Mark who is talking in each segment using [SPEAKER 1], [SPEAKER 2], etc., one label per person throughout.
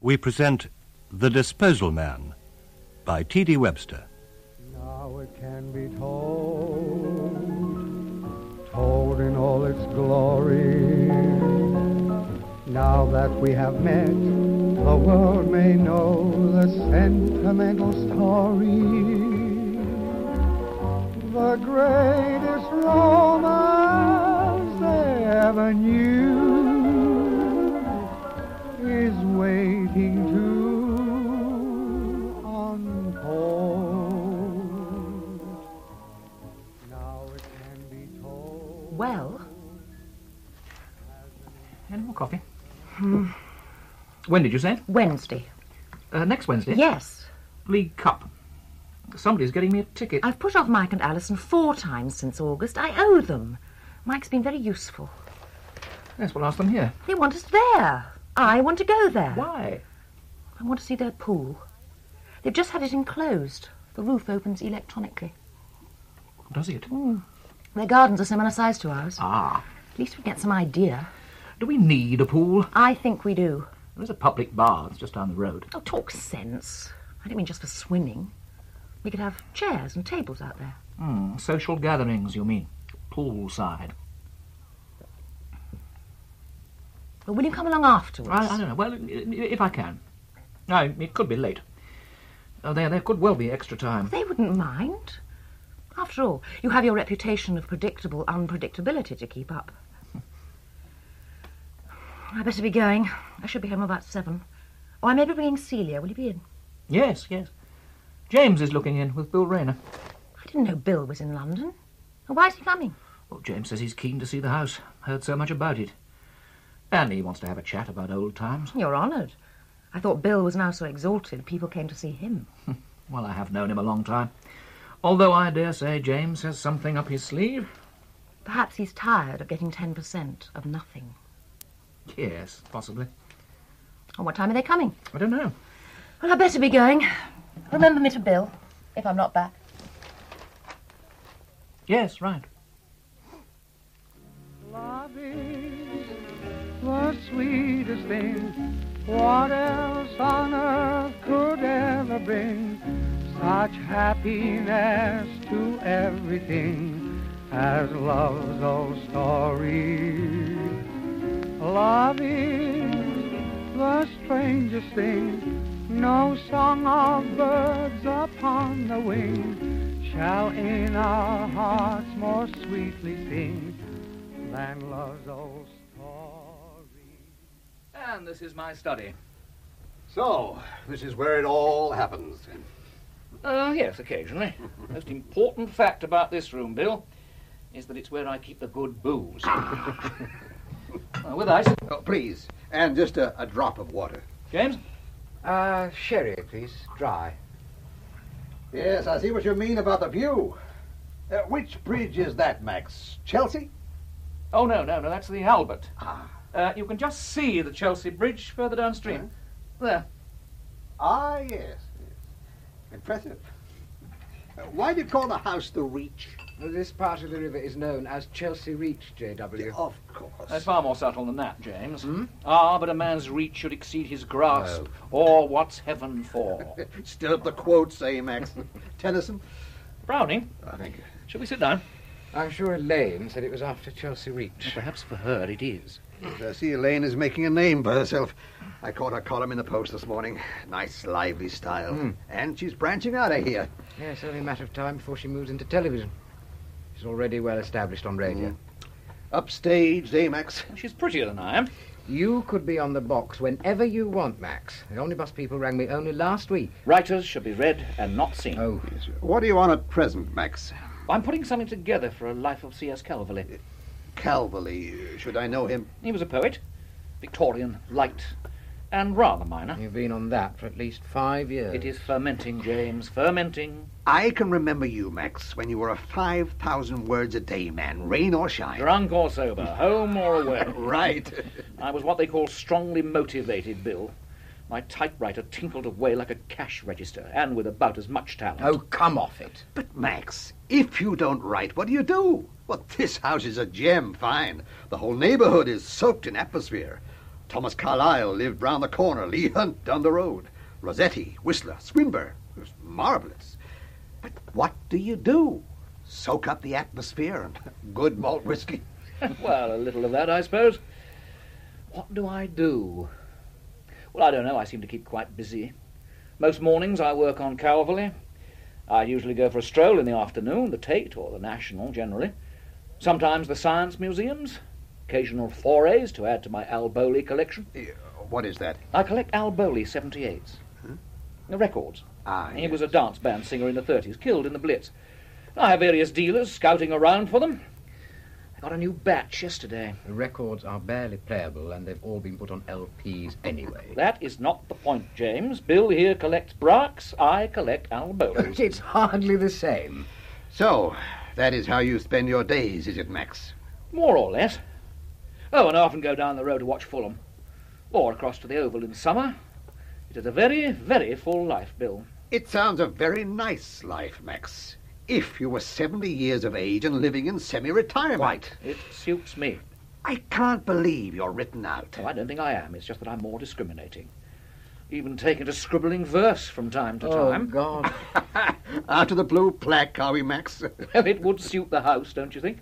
[SPEAKER 1] we present The Disposal Man by T.D. Webster.
[SPEAKER 2] Now it can be told, told in all its glory. Now that we have met, the world may know the sentimental story. The greatest romance they ever knew is waiting to unfold. Now it can be told.
[SPEAKER 3] Well,
[SPEAKER 4] Any more coffee? When did you say it?
[SPEAKER 3] Hmm. Wednesday.
[SPEAKER 4] Uh, next Wednesday?
[SPEAKER 3] Yes.
[SPEAKER 4] League Cup. Somebody's getting me a ticket.
[SPEAKER 3] I've put off Mike and Alison four times since August. I owe them. Mike's been very useful.
[SPEAKER 4] Yes, we'll ask them here.
[SPEAKER 3] They want us there. I want to go there.
[SPEAKER 4] Why?
[SPEAKER 3] I want to see their pool. They've just had it enclosed. The roof opens electronically. Hmm.
[SPEAKER 4] Does it?
[SPEAKER 3] Their gardens are similar size to ours.
[SPEAKER 4] Ah.
[SPEAKER 3] At least we get some idea.
[SPEAKER 4] Do we need a pool?
[SPEAKER 3] I think we do.
[SPEAKER 4] There's a public bar that's just down the road.
[SPEAKER 3] Oh, talk sense. I don't mean just for swimming. We could have chairs and tables out there.
[SPEAKER 4] Hmm, social gatherings, you mean? Poolside.
[SPEAKER 3] But will you come along afterwards?
[SPEAKER 4] I, I don't know. Well, i- i- if I can. No, it could be late. Uh, there, there could well be extra time.
[SPEAKER 3] They wouldn't mind. After all, you have your reputation of predictable unpredictability to keep up. I better be going. I should be home about seven. Or I may be bringing Celia. Will you be in?
[SPEAKER 4] Yes, yes. James is looking in with Bill Rayner.
[SPEAKER 3] I didn't know Bill was in London. Why is he coming?
[SPEAKER 4] Well, James says he's keen to see the house. Heard so much about it. And he wants to have a chat about old times.
[SPEAKER 3] You're honoured. I thought Bill was now so exalted people came to see him.
[SPEAKER 4] Well, I have known him a long time. Although I dare say James has something up his sleeve.
[SPEAKER 3] Perhaps he's tired of getting 10% of nothing.
[SPEAKER 4] Yes, possibly.
[SPEAKER 3] And what time are they coming?
[SPEAKER 4] I don't know.
[SPEAKER 3] Well, I better be going. Remember me to Bill, if I'm not back.
[SPEAKER 4] Yes, right.
[SPEAKER 2] Love is the sweetest thing. What else on earth could ever bring such happiness to everything as love's old story? Love is the strangest thing. No song of birds upon the wing shall in our hearts more sweetly sing than love's old story.
[SPEAKER 4] And this is my study.
[SPEAKER 5] So, this is where it all happens.
[SPEAKER 4] Oh, yes, occasionally. Most important fact about this room, Bill, is that it's where I keep the good booze. Uh, with ice.
[SPEAKER 5] Oh, please, and just a, a drop of water.
[SPEAKER 4] James?
[SPEAKER 6] Uh, sherry, please. Dry.
[SPEAKER 5] Yes, I see what you mean about the view. Uh, which bridge is that, Max? Chelsea?
[SPEAKER 4] Oh, no, no, no, that's the Albert.
[SPEAKER 5] Ah.
[SPEAKER 4] Uh, you can just see the Chelsea Bridge further downstream.
[SPEAKER 2] 啊
[SPEAKER 4] There.
[SPEAKER 5] Ah, yes. yes. Impressive. Uh, why do you call the house the Reach?
[SPEAKER 6] This part of the river is known as Chelsea Reach, J.W.
[SPEAKER 5] Of course.
[SPEAKER 4] That's Uh, far more subtle than that, James.
[SPEAKER 5] Hmm?
[SPEAKER 4] Ah, but a man's reach should exceed his grasp, or what's heaven for?
[SPEAKER 5] Still at the quotes, eh, Max? Tennyson?
[SPEAKER 4] Browning,
[SPEAKER 5] I think.
[SPEAKER 4] shall we sit down?
[SPEAKER 6] I'm sure Elaine said it was after Chelsea Reach.
[SPEAKER 4] Perhaps for her it is.
[SPEAKER 5] I see Elaine is making a name for herself. I caught her column in the Post this morning. Nice, lively style. And she's branching out of here.
[SPEAKER 6] Yeah, it's only a matter of time before she moves into television. She's already well established on radio.
[SPEAKER 5] Upstaged, Mm. eh, Max?
[SPEAKER 4] She's prettier than I am.
[SPEAKER 6] You could be on the box whenever you want, Max. The omnibus people rang me only last week.
[SPEAKER 4] Writers should be read and not seen.
[SPEAKER 6] Oh,
[SPEAKER 5] What do you want at present, Max?
[SPEAKER 4] I'm putting something together for a life of C.S. Calverley.
[SPEAKER 5] Calverley. Should I know him?
[SPEAKER 4] He was a poet, Victorian, light, and rather minor.
[SPEAKER 6] you've been on that for at least five years.
[SPEAKER 4] It is fermenting, James, fermenting.
[SPEAKER 5] I can remember you, Max, when you were a 5,000 words a day man, rain or shine.
[SPEAKER 4] Drunk or sober, home or away.
[SPEAKER 5] Right.
[SPEAKER 4] I was what they call strongly motivated, Bill. My typewriter tinkled away like a cash register, and with about as much talent.
[SPEAKER 6] Oh, come off it.
[SPEAKER 5] But, Max, if you don't write, what do you do? Well, this house is a gem, fine. The whole neighborhood is soaked in atmosphere. Thomas Carlyle lived round the corner, Lee Hunt down the road, Rossetti, Whistler, Swinburne. It was marvelous. But what do you do? Soak up the atmosphere and good malt whiskey.
[SPEAKER 4] well, a little of that, I suppose. What do I do? Well, I don't know. I seem to keep quite busy. Most mornings I work on Calverley. I usually go for a stroll in the afternoon, the Tate or the National generally. Sometimes the science museums. Occasional forays to add to my Alboli collection.
[SPEAKER 5] What is that? Hmm?
[SPEAKER 4] I collect Alboli 78s. The records.
[SPEAKER 5] Ah,
[SPEAKER 4] he was a dance band singer in the 30s, killed in the Blitz. I have various dealers scouting around for them. I got a new batch yesterday.
[SPEAKER 6] The records are barely playable and they've all been put on LPs anyway.
[SPEAKER 4] That is not the point, James. Bill here collects Brax, I collect
[SPEAKER 6] But
[SPEAKER 5] Oh,
[SPEAKER 4] Albolos.
[SPEAKER 6] it's hardly the same.
[SPEAKER 5] So, that is how you spend your days, is it, Max?
[SPEAKER 4] More or less. Oh, and I often go down the road to watch Fulham. Or across to the Oval in the summer. It is a very, very full life, Bill.
[SPEAKER 5] It sounds a very nice life, Max. If you were 70 years of age and living in semi-retirement. Right.
[SPEAKER 4] It suits me.
[SPEAKER 5] I can't believe you're written out.
[SPEAKER 4] No, Oh, I don't think I am. It's just that I'm more discriminating. Even taken to scribbling verse from time to
[SPEAKER 6] Oh,
[SPEAKER 4] time.
[SPEAKER 6] God.
[SPEAKER 5] Out of the blue plaque, are we, Max?
[SPEAKER 4] Well, it would suit the house, don't you think?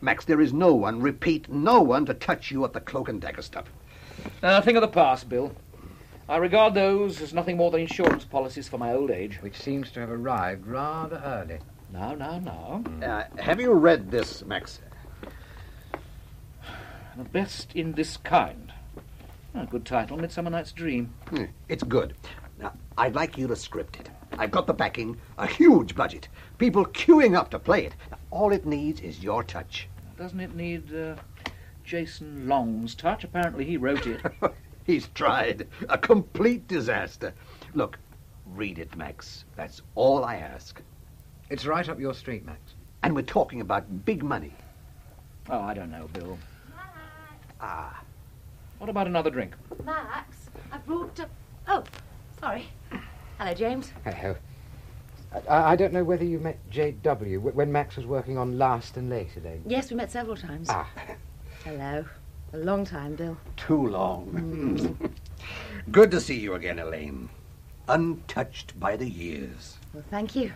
[SPEAKER 5] Max, there is no one, repeat, no one to touch you at the cloak and dagger stuff.
[SPEAKER 4] Uh, thing of the past, Bill. I regard those as nothing more than insurance policies for my old age.
[SPEAKER 6] Which seems to have arrived rather early.
[SPEAKER 4] Now, now, now.
[SPEAKER 5] Uh, have you read this, Max?
[SPEAKER 4] The best in this kind. A good title, Midsummer Night's Dream.
[SPEAKER 5] Hmm, It's good. Now, I'd like you to script it. I've got the backing, a huge budget, people queuing up to play it. All it needs is your touch.
[SPEAKER 4] Doesn't it need uh, Jason Long's touch? Apparently he wrote it.
[SPEAKER 5] He's tried. A complete disaster. Look, read it, Max. That's all I ask.
[SPEAKER 6] It's right up your street, Max.
[SPEAKER 5] And we're talking about big money.
[SPEAKER 4] oh, I don't know, Bill.
[SPEAKER 5] Ah.
[SPEAKER 4] What about another drink?
[SPEAKER 7] Max, I brought a... Oh, sorry. Hello, James.
[SPEAKER 6] Hello. Oh. I, I don't know whether you met J.W. wh- when Max was working on Last and Later Day.
[SPEAKER 7] Yes, we met several times.
[SPEAKER 6] Ah.
[SPEAKER 7] Hello. A long time, Bill.
[SPEAKER 5] Too long. good to see you again, Elaine. Untouched by the years.
[SPEAKER 7] Well, thank you.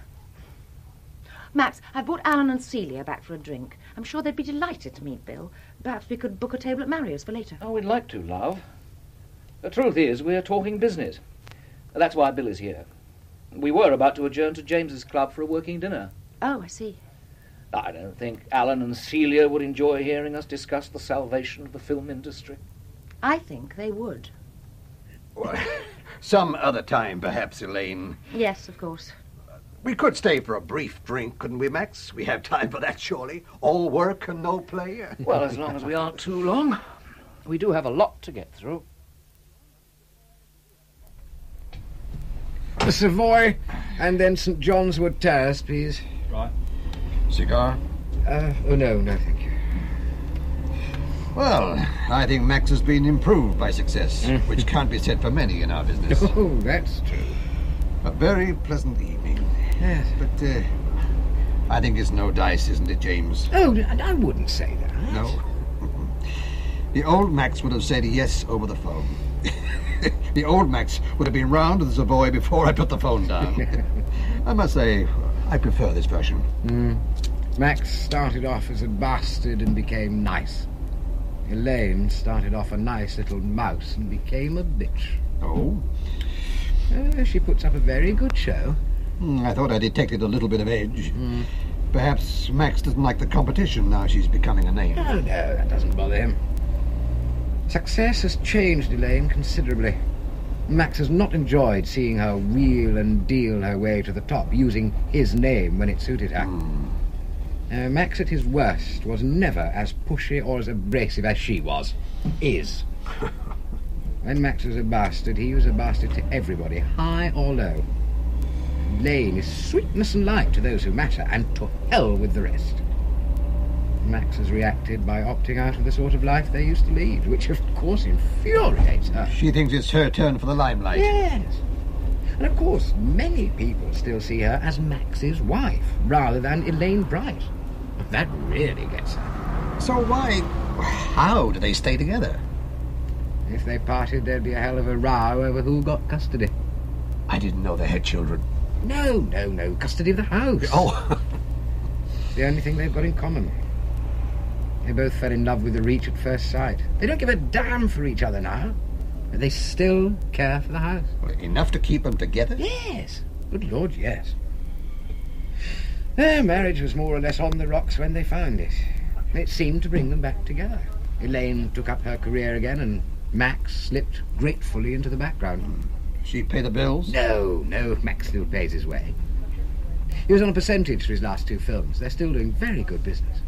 [SPEAKER 7] Max, I've brought Alan and Celia back for a drink. I'm sure they'd be delighted to meet Bill. Perhaps we could book a table at Mario's for later.
[SPEAKER 4] Oh, we'd like to, love. The truth is, we're talking business. That's why Bill is here. We were about to adjourn to James's club for a working dinner.
[SPEAKER 7] Oh, I see.
[SPEAKER 4] I don't think Alan and Celia would enjoy hearing us discuss the salvation of the film industry.
[SPEAKER 7] I think they would.
[SPEAKER 5] Some other time, perhaps, Elaine.
[SPEAKER 7] Yes, of course.
[SPEAKER 5] We could stay for a brief drink, couldn't we, Max? We have time for that, surely. All work and no play.
[SPEAKER 4] Well, as long as we aren't too long. We do have a lot to get through.
[SPEAKER 6] The Savoy and then St. John's Wood Terrace, please.
[SPEAKER 5] Cigar?
[SPEAKER 6] Uh, oh, no, no, thank you.
[SPEAKER 5] Well, I think Max has been improved by success, which can't be said for many in our business.
[SPEAKER 6] Mm. Oh, that's true.
[SPEAKER 5] a very pleasant evening.
[SPEAKER 6] Yes.
[SPEAKER 5] But uh, I think it's no dice, isn't it, James?
[SPEAKER 6] Oh, n- I wouldn't say that.
[SPEAKER 5] No. the old Max would have said yes over the phone. the old Max would have been round to the Savoy before I put the phone down. I must say, I prefer this version.
[SPEAKER 8] Mm.
[SPEAKER 6] Max started off as a bastard and became nice. Elaine started off a nice little mouse and became a bitch.
[SPEAKER 5] Oh?
[SPEAKER 6] Uh, she puts up a very good show.
[SPEAKER 5] Hmm, I thought I detected a little bit of edge.
[SPEAKER 6] Hmm.
[SPEAKER 5] Perhaps Max doesn't like the competition now she's becoming a name.
[SPEAKER 6] Oh, no, that doesn't bother him. Success has changed Elaine considerably. Max has not enjoyed seeing her wheel and deal her way to the top, using his name when it suited her. Uh, Max at his worst was never as pushy or as abrasive as she was. Is. when Max was a bastard, he was a bastard to everybody, high or low. Elaine is sweetness and light to those who matter, and to hell with the rest. Max has reacted by opting out of the sort of life they used to lead, which of course infuriates her.
[SPEAKER 5] She thinks it's her turn for the limelight.
[SPEAKER 6] Yes. And of course, many people still see her as Max's wife rather than Elaine Bright. That really gets her.
[SPEAKER 5] So why, how do they stay together?
[SPEAKER 6] Uh, If they parted, there'd be a hell of a row over who got custody.
[SPEAKER 5] I didn't know they had children.
[SPEAKER 6] No, no, no. Custody of the house.
[SPEAKER 5] Oh,
[SPEAKER 6] It's the only thing they've got in common. They both fell in love with the reach at first sight. They don't give a damn for each other now, but they still care for the house.
[SPEAKER 5] enough to keep them together?
[SPEAKER 6] Yes. Good Lord, yes. Their marriage was more or less on the rocks when they found it. It seemed to bring them back together. Elaine took up her career again, and Max slipped gratefully into the background.
[SPEAKER 5] Hmm. She pay the bills?
[SPEAKER 6] No, no, Max still pays his way. He was on a percentage for his last two films. They're still doing very good business.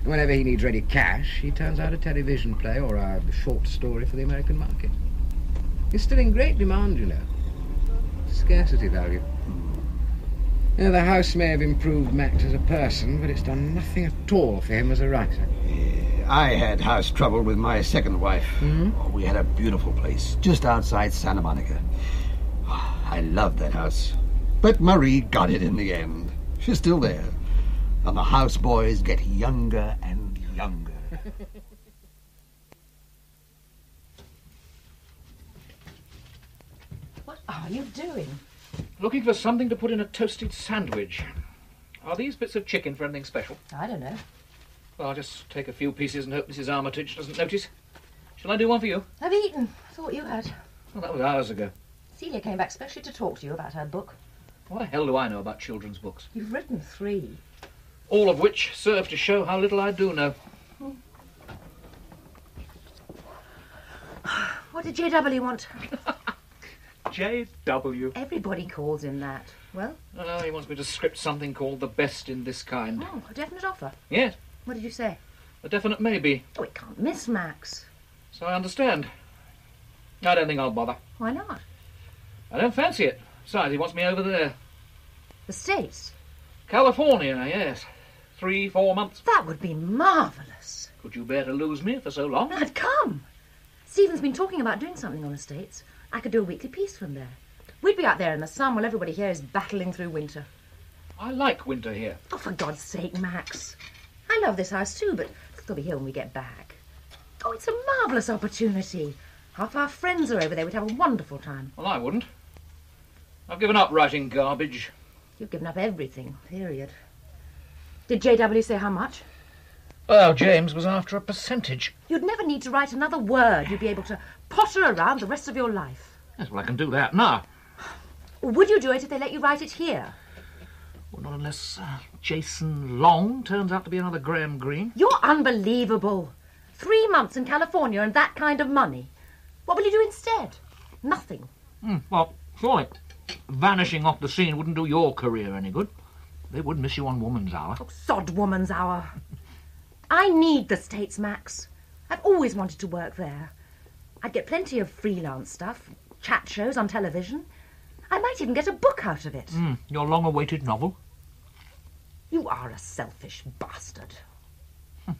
[SPEAKER 6] And whenever he needs ready cash, he turns out a television play or a short story for the American market. He's still in great demand, you know. Scarcity value. You know, the house may have improved Max as a person, but it's done nothing at all for him as a writer.
[SPEAKER 5] I had house trouble with my second wife.
[SPEAKER 3] Hmm?
[SPEAKER 5] Oh, we had a beautiful place just outside Santa Monica. I loved that house. But Marie got it in the end. She's still there. And the house boys get younger and younger.
[SPEAKER 3] What are you doing?
[SPEAKER 4] Looking for something to put in a toasted sandwich. Are these bits of chicken for anything special?
[SPEAKER 3] I don't know.
[SPEAKER 4] Well, I'll just take a few pieces and hope Mrs. Armitage doesn't notice. Shall I do one for you?
[SPEAKER 3] I've eaten. I thought you had.
[SPEAKER 4] Well, that was hours ago.
[SPEAKER 3] Celia came back specially to talk to you about her book.
[SPEAKER 4] What the hell do I know about children's books?
[SPEAKER 3] You've written three.
[SPEAKER 4] All of which serve to show how little I do know.
[SPEAKER 3] What did JW want?
[SPEAKER 4] J.W.
[SPEAKER 3] Everybody calls him that. Well,
[SPEAKER 4] Oh, he wants me to script something called The Best in This Kind.
[SPEAKER 3] oh, a definite offer.
[SPEAKER 4] Yes,
[SPEAKER 3] What did you say?
[SPEAKER 4] a definite maybe.
[SPEAKER 3] Oh, it can't miss, Max.
[SPEAKER 4] So I understand. I don't think I'll bother.
[SPEAKER 3] Why not?
[SPEAKER 4] I don't fancy it. Besides, he wants me over there.
[SPEAKER 3] The States.
[SPEAKER 4] California, yes. Three, four months.
[SPEAKER 3] That would be marvellous.
[SPEAKER 4] Could you bear to lose me for so long?
[SPEAKER 3] I'd come. Stephen's been talking about doing something on the States. I could do a weekly piece from there. We'd be out there in the sun while everybody here is battling through winter.
[SPEAKER 4] I like winter here.
[SPEAKER 3] Oh, for God's sake, Max. I love this house too, but it'll be here when we get back. Oh, it's a marvellous opportunity. Half our friends are over there. We'd have a wonderful time.
[SPEAKER 4] Well, I wouldn't. I've given up writing garbage.
[SPEAKER 3] You've given up everything, period. Did JW say how much?
[SPEAKER 4] Oh, James was after a percentage.
[SPEAKER 3] You'd never need to write another word. You'd be able to potter around the rest of your life.
[SPEAKER 4] Yes, well, I can do that now.
[SPEAKER 3] Would you do it if they let you write it here?
[SPEAKER 4] Well, not unless uh, Jason Long turns out to be another Graham Greene.
[SPEAKER 3] You're unbelievable. Three months in California and that kind of money. What will you do instead? Nothing.
[SPEAKER 4] Hmm, well, surely vanishing off the scene wouldn't do your career any good. They would miss you on Woman's Hour.
[SPEAKER 3] Oh, sod woman's hour. I need the States, Max. I've always wanted to work there. I'd get plenty of freelance stuff, chat shows on television. I might even get a book out of it.
[SPEAKER 4] Hmm, your long-awaited novel.
[SPEAKER 3] You are a selfish bastard.
[SPEAKER 2] We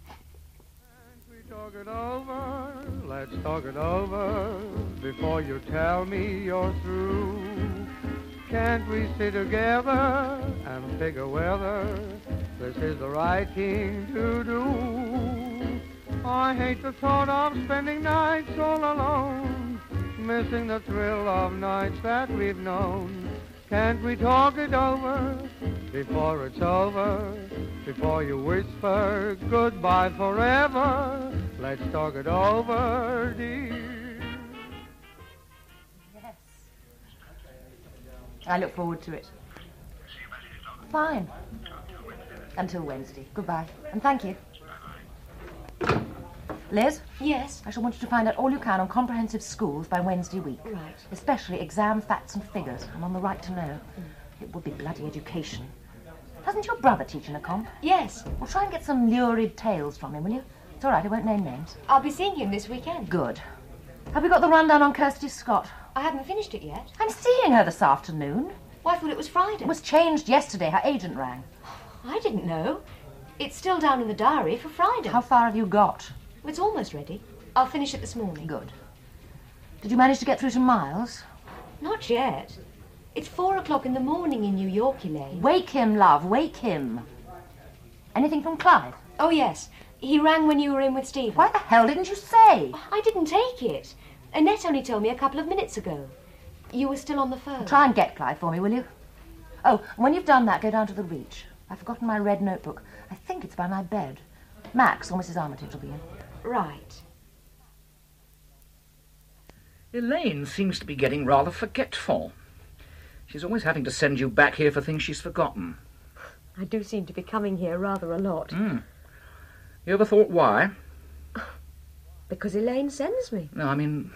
[SPEAKER 2] talk it over, let's talk it over before you tell me you're through. Can't we sit together and figure whether this is the right thing to do? I hate the thought of spending nights all alone, missing the thrill of nights that we've known. Can't we talk it over before it's over? Before you whisper goodbye forever, let's talk it over, dear.
[SPEAKER 3] Yes. I look forward to it. Fine. Until Wednesday. Goodbye. And thank you. Liz,
[SPEAKER 8] Yes,
[SPEAKER 3] I shall want you to find out all you can on comprehensive schools by Wednesday week.
[SPEAKER 8] Right.
[SPEAKER 3] Especially exam facts and figures. I'm on the right to know. It would be bloody education. Doesn't your brother teach in a comp?
[SPEAKER 8] yes.
[SPEAKER 3] Well, try and get some lurid tales from him, will you? It's all right, I won't name names.
[SPEAKER 8] I'll be seeing him this weekend.
[SPEAKER 3] Good. Have you got the rundown on Kirsty Scott?
[SPEAKER 8] I haven't finished it yet.
[SPEAKER 3] I'm seeing her this afternoon.
[SPEAKER 8] Well, I thought it was Friday.
[SPEAKER 3] It was changed yesterday. Her agent rang.
[SPEAKER 8] I didn't know. It's still down in the diary for Friday.
[SPEAKER 3] How far have you got?
[SPEAKER 8] It's almost ready. I'll finish it this morning.
[SPEAKER 3] Good. Did you manage to get through to Miles?
[SPEAKER 8] Not yet. It's four o'clock in the morning in New York, Elaine.
[SPEAKER 3] Wake him, love. Wake him. Anything from Clive?
[SPEAKER 8] Oh, yes.
[SPEAKER 9] He rang when you were in with Stephen.
[SPEAKER 7] Why the hell didn't you say?
[SPEAKER 9] I didn't take it. Annette only told me a couple of minutes ago. You were still on the phone.
[SPEAKER 7] Try and get Clive for me, will you? Oh, and when you've done that, go down to the reach. I've forgotten my red notebook. I think it's by my bed. Max or Mrs. Armitage will be in.
[SPEAKER 9] Right.
[SPEAKER 4] Elaine seems to be getting rather forgetful. She's always having to send you back here for things she's forgotten.
[SPEAKER 9] I do seem to be coming here rather a lot.
[SPEAKER 4] Hmm. You ever thought why?
[SPEAKER 9] Because Elaine sends me.
[SPEAKER 4] No, I mean,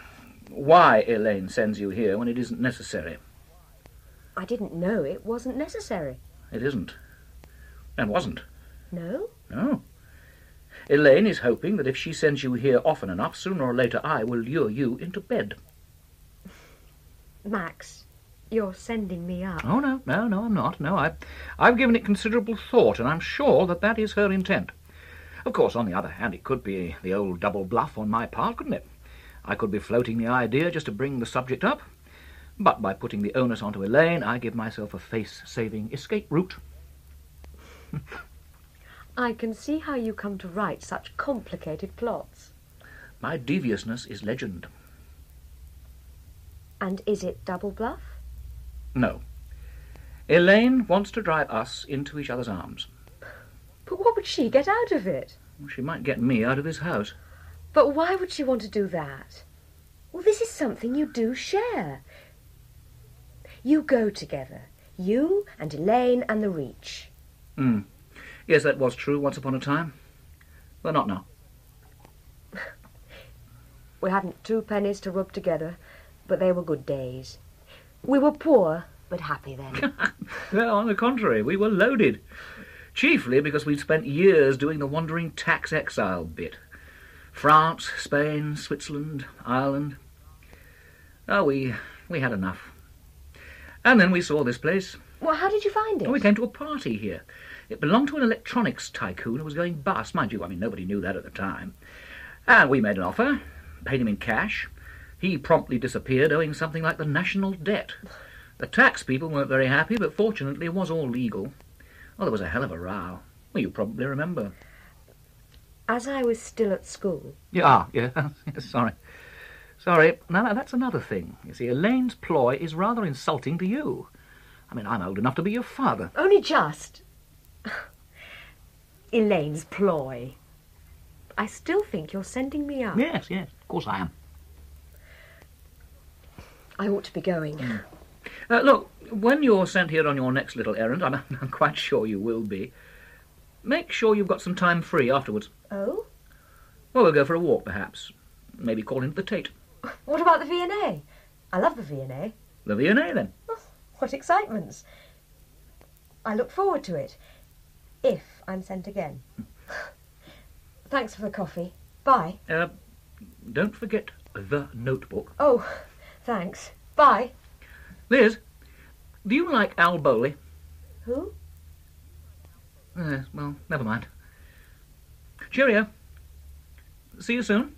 [SPEAKER 4] why Elaine sends you here when it isn't necessary?
[SPEAKER 9] I didn't know it wasn't necessary.
[SPEAKER 4] It isn't. And wasn't.
[SPEAKER 9] No?
[SPEAKER 4] No. Elaine is hoping that if she sends you here often enough, sooner or later I will lure you into bed.
[SPEAKER 9] Max, you're sending me up.
[SPEAKER 4] Oh, no, no, no, I'm not. No, I, I've given it considerable thought, and I'm sure that that is her intent. Of course, on the other hand, it could be the old double bluff on my part, couldn't it? I could be floating the idea just to bring the subject up. But by putting the onus onto Elaine, I give myself a face saving escape route.
[SPEAKER 8] I can see how you come to write such complicated plots.
[SPEAKER 4] My deviousness is legend.
[SPEAKER 8] And is it double bluff?
[SPEAKER 4] No. Elaine wants to drive us into each other's arms.
[SPEAKER 8] But what would she get out of it?
[SPEAKER 4] She might get me out of this house.
[SPEAKER 8] But why would she want to do that? Well, this is something you do share. You go together. You and Elaine and the Reach.
[SPEAKER 4] Hmm. Yes, that was true once upon a time. Well, not now.
[SPEAKER 8] We hadn't two pennies to rub together, but they were good days. We were poor, but happy then.
[SPEAKER 4] Well, on the contrary, we were loaded. Chiefly because we'd spent years doing the wandering tax exile bit. France, Spain, Switzerland, Ireland. Oh, we, we had enough. And then we saw this place.
[SPEAKER 8] well, how did you find it?
[SPEAKER 4] And we came to a party here. It belonged to an electronics tycoon who was going bust. Mind you, I mean, nobody knew that at the time. And we made an offer, paid him in cash. He promptly disappeared, owing something like the national debt. The tax people weren't very happy, but fortunately it was all legal. Well, there was a hell of a row. Well, you probably remember.
[SPEAKER 8] As I was still at school,
[SPEAKER 4] Yeah, ah, yeah, sorry. Sorry. Now, now, that's another thing. You see, Elaine's ploy is rather insulting to you. I mean, I'm old enough to be your father.
[SPEAKER 8] only just. Elaine's ploy. I still think you're sending me up.
[SPEAKER 4] Yes, yes, of course I am.
[SPEAKER 8] I ought to be going.
[SPEAKER 4] Uh, look, when you're sent here on your next little errand, I'm, I'm quite sure you will be, make sure you've got some time free afterwards.
[SPEAKER 8] Oh?
[SPEAKER 4] Well, we'll go for a walk, perhaps. Maybe call into the Tate.
[SPEAKER 8] What about the V&A? I love the V&A.
[SPEAKER 4] The V&A, then.
[SPEAKER 8] What excitements! I look forward to it. If I'm sent again. Thanks for the coffee. Bye.
[SPEAKER 4] Uh, don't forget the notebook.
[SPEAKER 8] Oh, thanks. Bye.
[SPEAKER 4] Liz, do you like Al Bowley?
[SPEAKER 8] Who?
[SPEAKER 4] Yes, well, never mind. Cheerio. See you soon.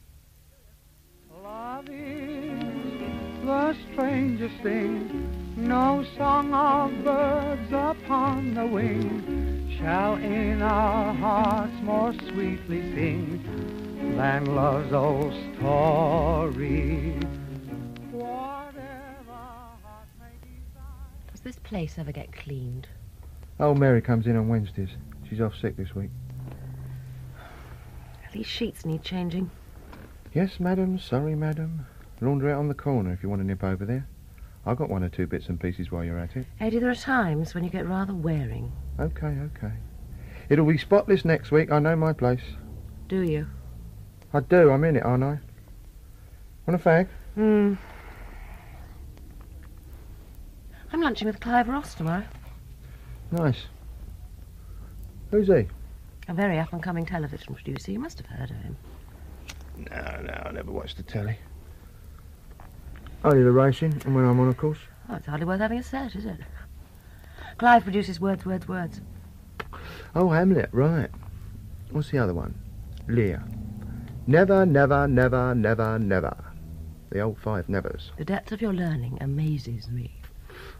[SPEAKER 2] Love is the strangest thing. No song of birds upon the wing shall in our hearts more sweetly sing than love's old story. Whatever heart may desire.
[SPEAKER 9] Does this place ever get cleaned?
[SPEAKER 10] Old Mary comes in on Wednesdays. She's off sick this week.
[SPEAKER 9] These sheets need changing.
[SPEAKER 10] Yes, madam. Sorry, madam. Laundrette on the corner if you want to nip over there. I got one or two bits and pieces while you're at it.
[SPEAKER 9] Eddie, there are times when you get rather wearing,
[SPEAKER 10] Okay, okay. It'll be spotless next week. I know my place.
[SPEAKER 9] do you?
[SPEAKER 10] I do. I'm in it, aren't I? Want a fag?
[SPEAKER 9] Hmm. I'm lunching with Clive Ross tomorrow,
[SPEAKER 10] Nice. Who's he?
[SPEAKER 9] a very up and coming television producer. You must have heard of him.
[SPEAKER 10] No, no. I never watched the telly. Only the racing, and when I'm on, of course.
[SPEAKER 9] Oh, it's hardly worth having a set, is it? Clive produces words, words, words.
[SPEAKER 10] Oh, Hamlet, right. What's the other one? Lear. Never, never, never, never, never. The old five nevers.
[SPEAKER 9] The depth of your learning amazes me.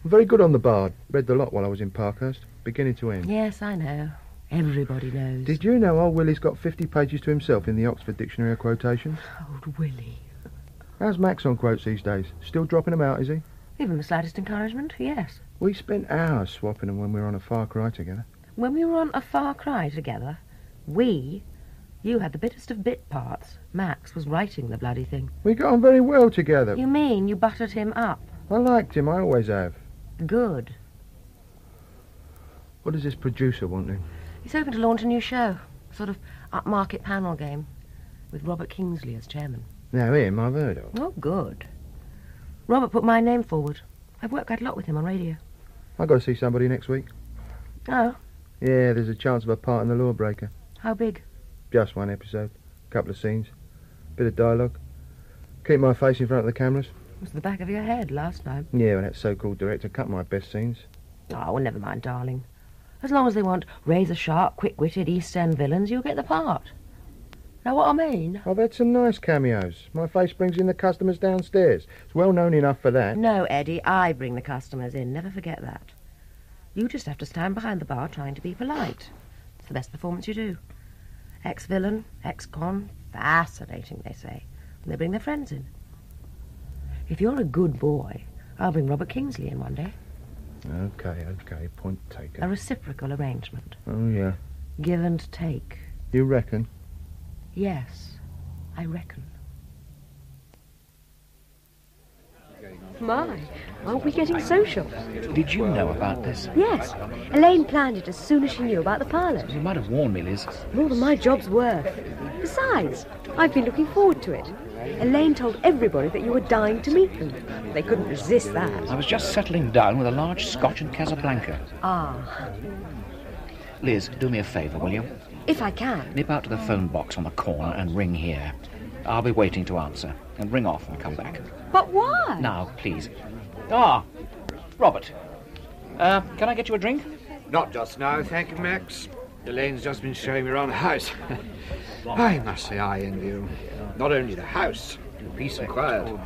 [SPEAKER 10] I'm very good on the bard. Read the lot while I was in Parkhurst, beginning to end.
[SPEAKER 9] Yes, I know.
[SPEAKER 3] Everybody knows.
[SPEAKER 10] Did you know old Willie's got 50 pages to himself in the Oxford Dictionary of Quotations?
[SPEAKER 3] Old Willie.
[SPEAKER 10] How's Max on quotes these days? Still dropping 'em out, is he?
[SPEAKER 3] Give him the slightest encouragement, yes.
[SPEAKER 10] We spent hours swapping 'em when we were on a far cry together.
[SPEAKER 3] When we were on a far cry together, we, you had the bittest of bit parts. Max was writing the bloody thing.
[SPEAKER 10] We got on very well together.
[SPEAKER 3] You mean you buttered him up?
[SPEAKER 10] I liked him, I always have.
[SPEAKER 3] Good.
[SPEAKER 10] What does this producer want then?
[SPEAKER 3] He's hoping to launch a new show, a sort of upmarket panel game, with Robert Kingsley as chairman.
[SPEAKER 10] Now, him I've heard of.
[SPEAKER 3] Oh, good. Robert put my name forward. I've worked quite a lot with him on radio.
[SPEAKER 10] i got to see somebody next week.
[SPEAKER 3] Oh,
[SPEAKER 10] Yeah, there's a chance of a part in The Lawbreaker.
[SPEAKER 3] how big?
[SPEAKER 10] Just one episode, couple of scenes, bit of dialogue. Keep my face in front of the cameras.
[SPEAKER 3] It was the back of your head last time.
[SPEAKER 10] Yeah, well, that so-called director cut my best scenes.
[SPEAKER 3] Oh, well, never mind, darling. As long as they want razor-sharp, quick-witted East End villains, you'll get the part. Now, what I mean?
[SPEAKER 10] I've had some nice cameos. My face brings in the customers downstairs. It's well known enough for that.
[SPEAKER 3] No, Eddie, I bring the customers in. Never forget that. You just have to stand behind the bar trying to be polite. It's the best performance you do. Ex-villain, ex-con, fascinating, they say. And they bring their friends in. If you're a good boy, I'll bring Robert Kingsley in one day.
[SPEAKER 10] Okay, okay, point taken.
[SPEAKER 3] A reciprocal arrangement.
[SPEAKER 10] Oh, yeah.
[SPEAKER 3] Give and take.
[SPEAKER 10] You reckon?
[SPEAKER 3] Yes, I reckon.
[SPEAKER 8] My, aren't we getting social?
[SPEAKER 4] Did you know about this?
[SPEAKER 8] Yes. Elaine planned it as soon as she knew about the pilot.
[SPEAKER 4] You might have warned me, Liz.
[SPEAKER 8] More than my job's worth. Besides, I've been looking forward to it. Elaine told everybody that you were dying to meet them. They couldn't resist that.
[SPEAKER 4] I was just settling down with a large Scotch and Casablanca.
[SPEAKER 8] Ah,
[SPEAKER 4] Liz, do me a favour, will you?
[SPEAKER 8] if I can.
[SPEAKER 4] Nip out to the phone box on the corner and ring here. I'll be waiting to answer. And ring off and come back.
[SPEAKER 8] But why?
[SPEAKER 4] Now, please. Ah, Robert. Uh, can I get you a drink?
[SPEAKER 11] Not just now, thank you, Max. Elaine's just been showing me around the house. I must say I envy you. Not only the house, in peace and quiet.
[SPEAKER 4] Oh,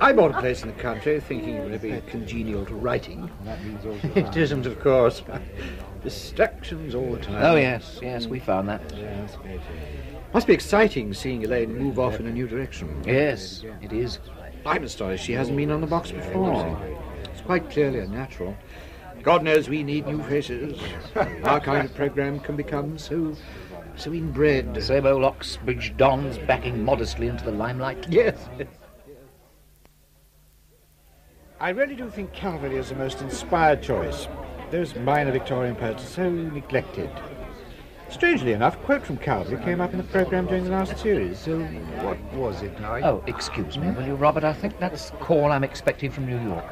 [SPEAKER 11] I bought a place in the country thinking it would be congenial to writing. It isn't, of course. Distractions all the time.
[SPEAKER 4] Oh, yes, yes, we found that.
[SPEAKER 11] Must be exciting seeing Elaine move off in a new direction.
[SPEAKER 4] Yes, it is.
[SPEAKER 11] I'm astonished she hasn't been on the box before. It's quite clearly unnatural. God knows we need new faces. Our kind of program can become so, so inbred.
[SPEAKER 4] The same old Oxbridge Dons backing modestly into the limelight.
[SPEAKER 11] Yes. I really do think Calvary is the most inspired choice. Those minor Victorian poets are so neglected. Strangely enough, a quote from Calvary came up in the programme during the last series. So what was it now?
[SPEAKER 4] Oh, excuse me, will you, Robert? I think that's the call I'm expecting from New York.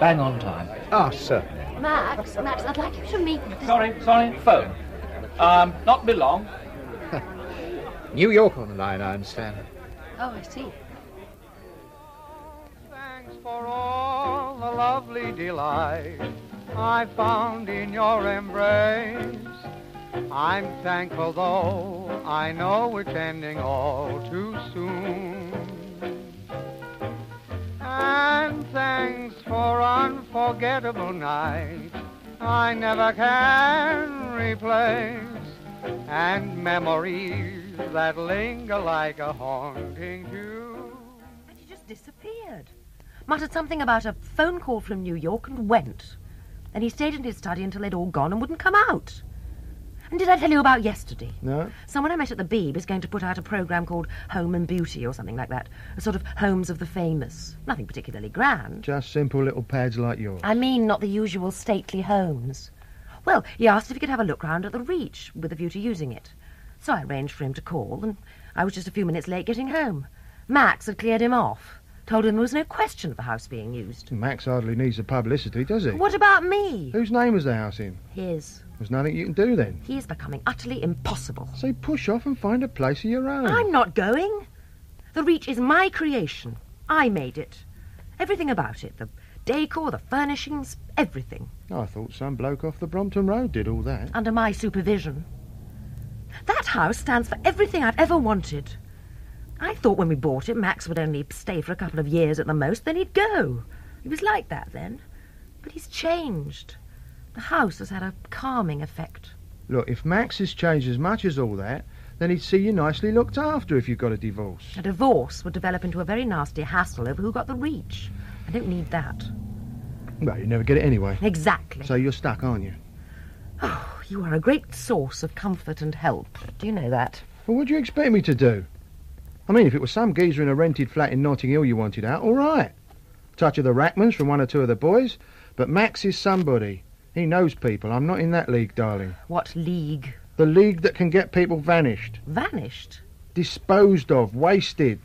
[SPEAKER 4] Bang on time.
[SPEAKER 11] Ah, certainly.
[SPEAKER 9] Max, Max, I'd like you to meet this...
[SPEAKER 4] Sorry, sorry, phone. Um, not be long.
[SPEAKER 11] New York on the line, I understand.
[SPEAKER 9] Oh, I see.
[SPEAKER 2] Thanks for all the lovely delight I found in your embrace. I'm thankful though I know it's ending all too soon. And thanks for unforgettable nights I never can replace. And memories that linger like a haunting tune.
[SPEAKER 3] And she just disappeared. Muttered something about a phone call from New York and went. And he stayed in his study until they'd all gone and wouldn't come out. And did I tell you about yesterday?
[SPEAKER 10] No?
[SPEAKER 3] Someone I met at the Beeb is going to put out a programme called Home and Beauty or something like that. A sort of Homes of the Famous. Nothing particularly grand.
[SPEAKER 10] Just simple little pads like yours.
[SPEAKER 3] I mean, not the usual stately homes. Well, he asked if he could have a look round at the Reach with a view to using it. So I arranged for him to call, and I was just a few minutes late getting home. Max had cleared him off, told him there was no question of the house being used.
[SPEAKER 10] Max hardly needs the publicity, does he?
[SPEAKER 3] What about me?
[SPEAKER 10] Whose name was the house in?
[SPEAKER 3] His.
[SPEAKER 10] There's nothing you can do then.
[SPEAKER 3] He is becoming utterly impossible.
[SPEAKER 10] So push off and find a place of your own.
[SPEAKER 3] I'm not going. The Reach is my creation. I made it. Everything about it the decor, the furnishings, everything.
[SPEAKER 10] I thought some bloke off the Brompton Road did all that.
[SPEAKER 3] under my supervision. That house stands for everything I've ever wanted. I thought when we bought it, Max would only stay for a couple of years at the most, then he'd go. He was like that then. But he's changed. The house has had a calming effect.
[SPEAKER 10] Look, if Max has changed as much as all that, then he'd see you nicely looked after if you got a divorce.
[SPEAKER 3] A divorce would develop into a very nasty hassle over who got the reach. I don't need that.
[SPEAKER 10] Well, you never get it anyway.
[SPEAKER 3] Exactly.
[SPEAKER 10] So you're stuck, aren't you?
[SPEAKER 3] Oh, you are a great source of comfort and help. Do you know that?
[SPEAKER 10] Well, what do you expect me to do? I mean, if it was some geezer in a rented flat in Notting Hill you wanted out, all right. Touch of the Rackmans from one or two of the boys. But Max is somebody. He knows people. I'm not in that league, darling.
[SPEAKER 3] What league?
[SPEAKER 10] The league that can get people vanished.
[SPEAKER 3] Vanished?
[SPEAKER 10] Disposed of, wasted.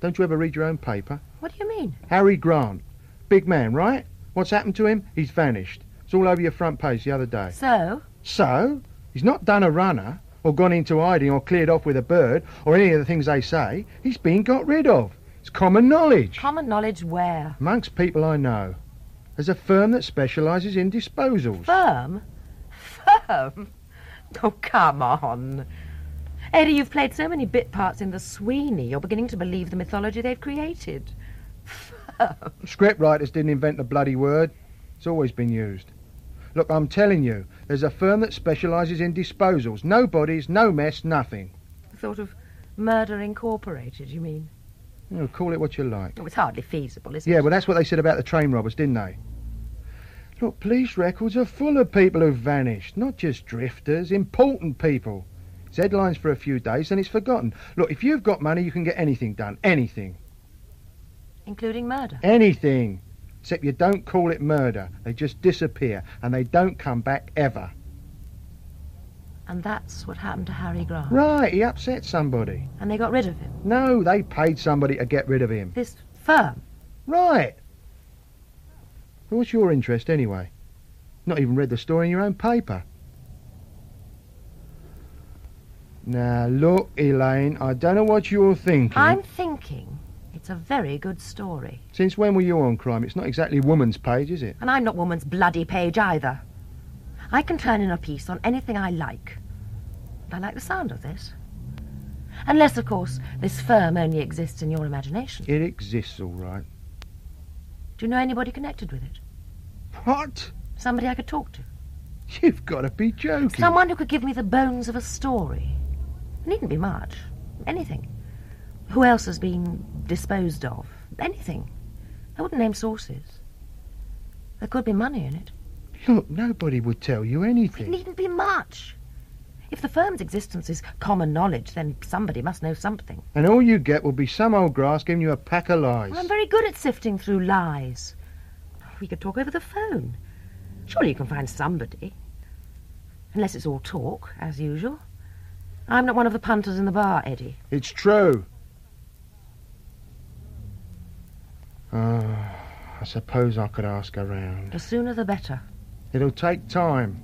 [SPEAKER 10] Don't you ever read your own paper?
[SPEAKER 3] What do you mean?
[SPEAKER 10] Harry Grant. Big man, right? What's happened to him? He's vanished. It's all over your front page the other day.
[SPEAKER 3] So?
[SPEAKER 10] So, he's not done a runner, or gone into hiding, or cleared off with a bird, or any of the things they say. He's been got rid of. It's common knowledge.
[SPEAKER 3] Common knowledge where?
[SPEAKER 10] Amongst people I know, there's a firm that specialises in disposals.
[SPEAKER 3] Firm? Firm? Oh, come on. Eddie, you've played so many bit parts in The Sweeney, you're beginning to believe the mythology they've created.
[SPEAKER 10] Script writers didn't invent the bloody word. It's always been used. Look, I'm telling you, there's a firm that specialises in disposals. No bodies, no mess, nothing.
[SPEAKER 3] A sort of Murder Incorporated, you mean?
[SPEAKER 10] You know, call it what you like.
[SPEAKER 3] Oh, it's hardly feasible, is it?
[SPEAKER 10] Yeah, well, that's what they said about the train robbers, didn't they? Look, police records are full of people who've vanished, not just drifters, important people. It's headlines for a few days and it's forgotten. Look, if you've got money, you can get anything done. Anything.
[SPEAKER 3] Including murder.
[SPEAKER 10] Anything. Except you don't call it murder. They just disappear and they don't come back ever.
[SPEAKER 3] And that's what happened to Harry Grant.
[SPEAKER 10] Right, he upset somebody.
[SPEAKER 3] And they got rid of him.
[SPEAKER 10] No, they paid somebody to get rid of him.
[SPEAKER 3] This firm.
[SPEAKER 10] Right. Well, what's your interest anyway? Not even read the story in your own paper. Now, look, Elaine, I don't know what you're thinking.
[SPEAKER 3] I'm thinking it's a very good story.
[SPEAKER 10] Since when were you on crime? It's not exactly woman's page, is it?
[SPEAKER 3] And I'm not woman's bloody page either. I can turn in a piece on anything I like. And I like the sound of this. Unless, of course, this firm only exists in your imagination.
[SPEAKER 10] It exists, all right.
[SPEAKER 3] Do you know anybody connected with it?
[SPEAKER 10] What?
[SPEAKER 3] Somebody I could talk to.
[SPEAKER 10] You've got to be joking.
[SPEAKER 3] Someone who could give me the bones of a story. It needn't be much. Anything. Who else has been disposed of? Anything. I wouldn't name sources. There could be money in it.
[SPEAKER 10] Look, nobody would tell you
[SPEAKER 3] It
[SPEAKER 10] anything.
[SPEAKER 3] needn't be much. If the firm's existence is common knowledge, then somebody must know something.
[SPEAKER 10] And all you get will be some old grass giving you a pack of lies.
[SPEAKER 3] Well, I'm very good at sifting through lies. We could talk over the phone. Surely you can find somebody. Unless it's all talk, as usual. I'm not one of the punters in the bar, Eddie.
[SPEAKER 10] It's true. Ah, I suppose I could ask around.
[SPEAKER 3] The sooner the better.
[SPEAKER 10] It'll take time.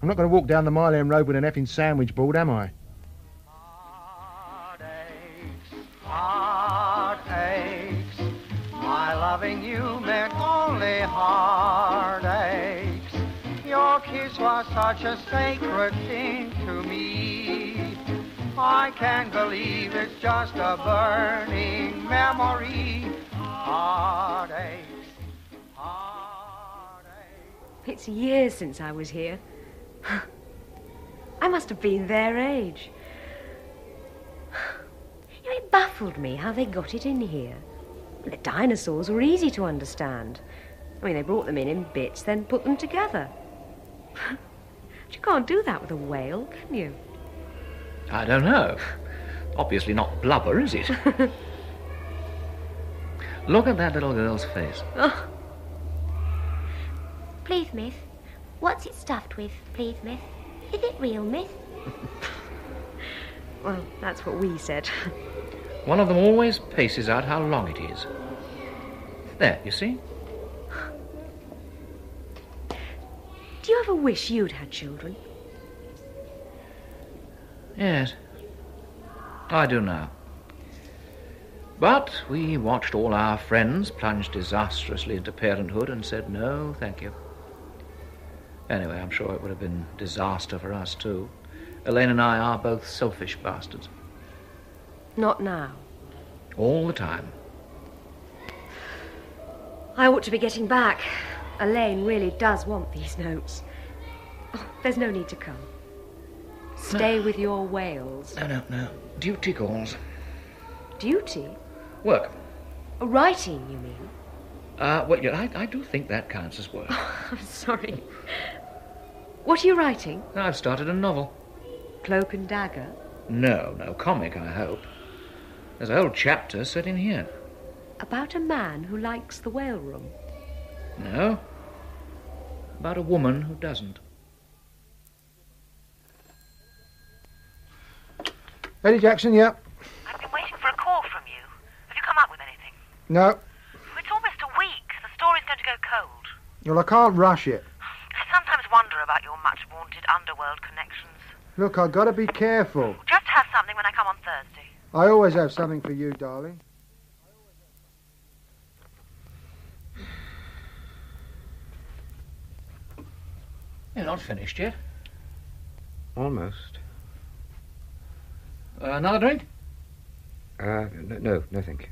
[SPEAKER 10] I'm not going to walk down the Mile End Road with an effing sandwich board, am I?
[SPEAKER 2] heartaches. My loving you meant only heartaches. Your kiss was such a sacred thing to me. I can't believe it's just a burning memory. Heartaches.
[SPEAKER 8] It's years since I was here. I must have been their age. You know, it baffled me how they got it in here. The dinosaurs were easy to understand. I mean, they brought them in in bits, then put them together. but you can't do that with a whale, can you?
[SPEAKER 4] I don't know. Obviously not blubber, is it? Look at that little girl's face.
[SPEAKER 8] Oh,
[SPEAKER 12] Please, miss. What's it stuffed with, please, miss? Is it real, miss?
[SPEAKER 8] well, that's what we said.
[SPEAKER 4] One of them always paces out how long it is. There, you see?
[SPEAKER 8] Do you ever wish you'd had children?
[SPEAKER 4] Yes. I do now. But we watched all our friends plunge disastrously into parenthood and said, no, thank you. Anyway, I'm sure it would have been disaster for us, too. Elaine and I are both selfish bastards.
[SPEAKER 8] Not now.
[SPEAKER 4] All the time.
[SPEAKER 8] I ought to be getting back. Elaine really does want these notes. Oh, there's no need to come. Stay with your whales.
[SPEAKER 4] No, no, no. Duty calls.
[SPEAKER 8] Duty?
[SPEAKER 4] Work.
[SPEAKER 8] Writing, you mean?
[SPEAKER 4] Uh, well, yeah, I, I do think that counts as work.
[SPEAKER 8] I'm sorry. What are you writing?
[SPEAKER 4] I've started a novel.
[SPEAKER 8] Cloak and Dagger?
[SPEAKER 4] No, no, comic, I hope. There's a whole chapter set in here.
[SPEAKER 8] About a man who likes the whale room.
[SPEAKER 4] No. About a woman who doesn't.
[SPEAKER 10] Eddie Jackson, yeah.
[SPEAKER 13] I've been waiting for a call from you. Have you come up with anything?
[SPEAKER 10] No.
[SPEAKER 13] It's almost a week. The story's going to go cold.
[SPEAKER 10] Well, I can't rush it.
[SPEAKER 13] I sometimes wonder about your much vaunted underworld connections.
[SPEAKER 10] Look, i got to be careful.
[SPEAKER 13] Just have something when I come on Thursday.
[SPEAKER 10] I always have something for you, darling.
[SPEAKER 4] You're not finished yet.
[SPEAKER 6] Almost.
[SPEAKER 4] Uh, another drink?
[SPEAKER 6] Uh, no, no, no, thank you.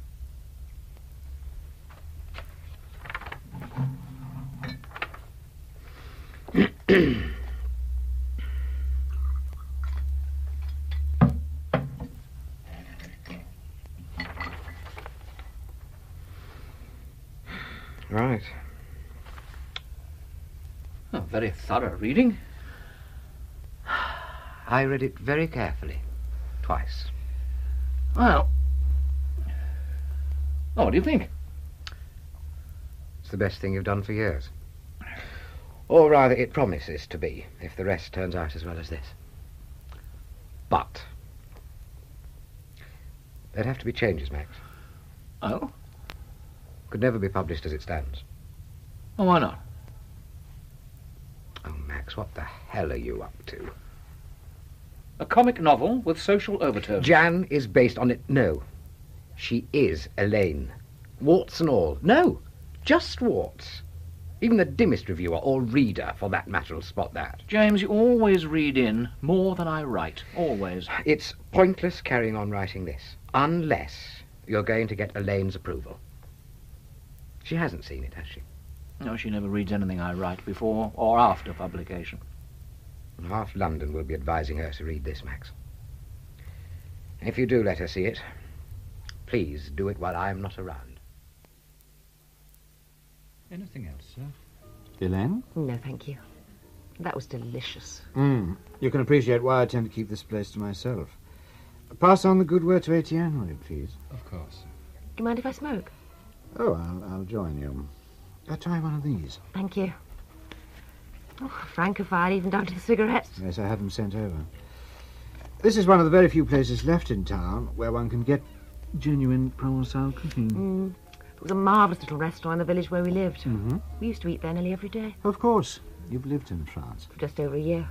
[SPEAKER 6] Right.
[SPEAKER 4] Oh, very thorough reading.
[SPEAKER 6] I read it very carefully. Twice.
[SPEAKER 4] Well. Oh, what do you think?
[SPEAKER 6] It's the best thing you've done for years. Or rather, it promises to be, if the rest turns out as well as this. But. There'd have to be changes, Max.
[SPEAKER 4] Oh?
[SPEAKER 6] Could never be published as it stands.
[SPEAKER 4] Oh, why not?
[SPEAKER 6] Oh, Max, what the hell are you up to?
[SPEAKER 4] A comic novel with social overtones.
[SPEAKER 6] Jan is based on it. No. She is Elaine. Warts and all. No, just warts. Even the dimmest reviewer or reader, for that matter, will spot that.
[SPEAKER 4] James, you always read in more than I write. Always.
[SPEAKER 6] It's pointless carrying on writing this, unless you're going to get Elaine's approval. She hasn't seen it, has she?
[SPEAKER 4] No, she never reads anything I write before or after publication.
[SPEAKER 6] Half London will be advising her to read this, Max. If you do let her see it, please do it while I'm not around.
[SPEAKER 4] Anything else, sir?
[SPEAKER 6] Elaine?
[SPEAKER 3] No, thank you. That was delicious.
[SPEAKER 11] Mm. You can appreciate why I tend to keep this place to myself. Pass on the good word to Etienne, will you, please?
[SPEAKER 6] Of course.
[SPEAKER 3] Do you mind if I smoke?
[SPEAKER 11] Oh, I'll, I'll join you. I'll try one of these.
[SPEAKER 3] Thank you. Oh, Francophile, even down to the cigarettes.
[SPEAKER 11] Yes, I have them sent over. This is one of the very few places left in town where one can get genuine Provençal cooking.
[SPEAKER 3] Mm. It was a marvellous little restaurant in the village where we lived.
[SPEAKER 11] Mhm.
[SPEAKER 3] We used to eat there nearly every day,
[SPEAKER 11] Of course, you've lived in France.
[SPEAKER 3] for just over a year.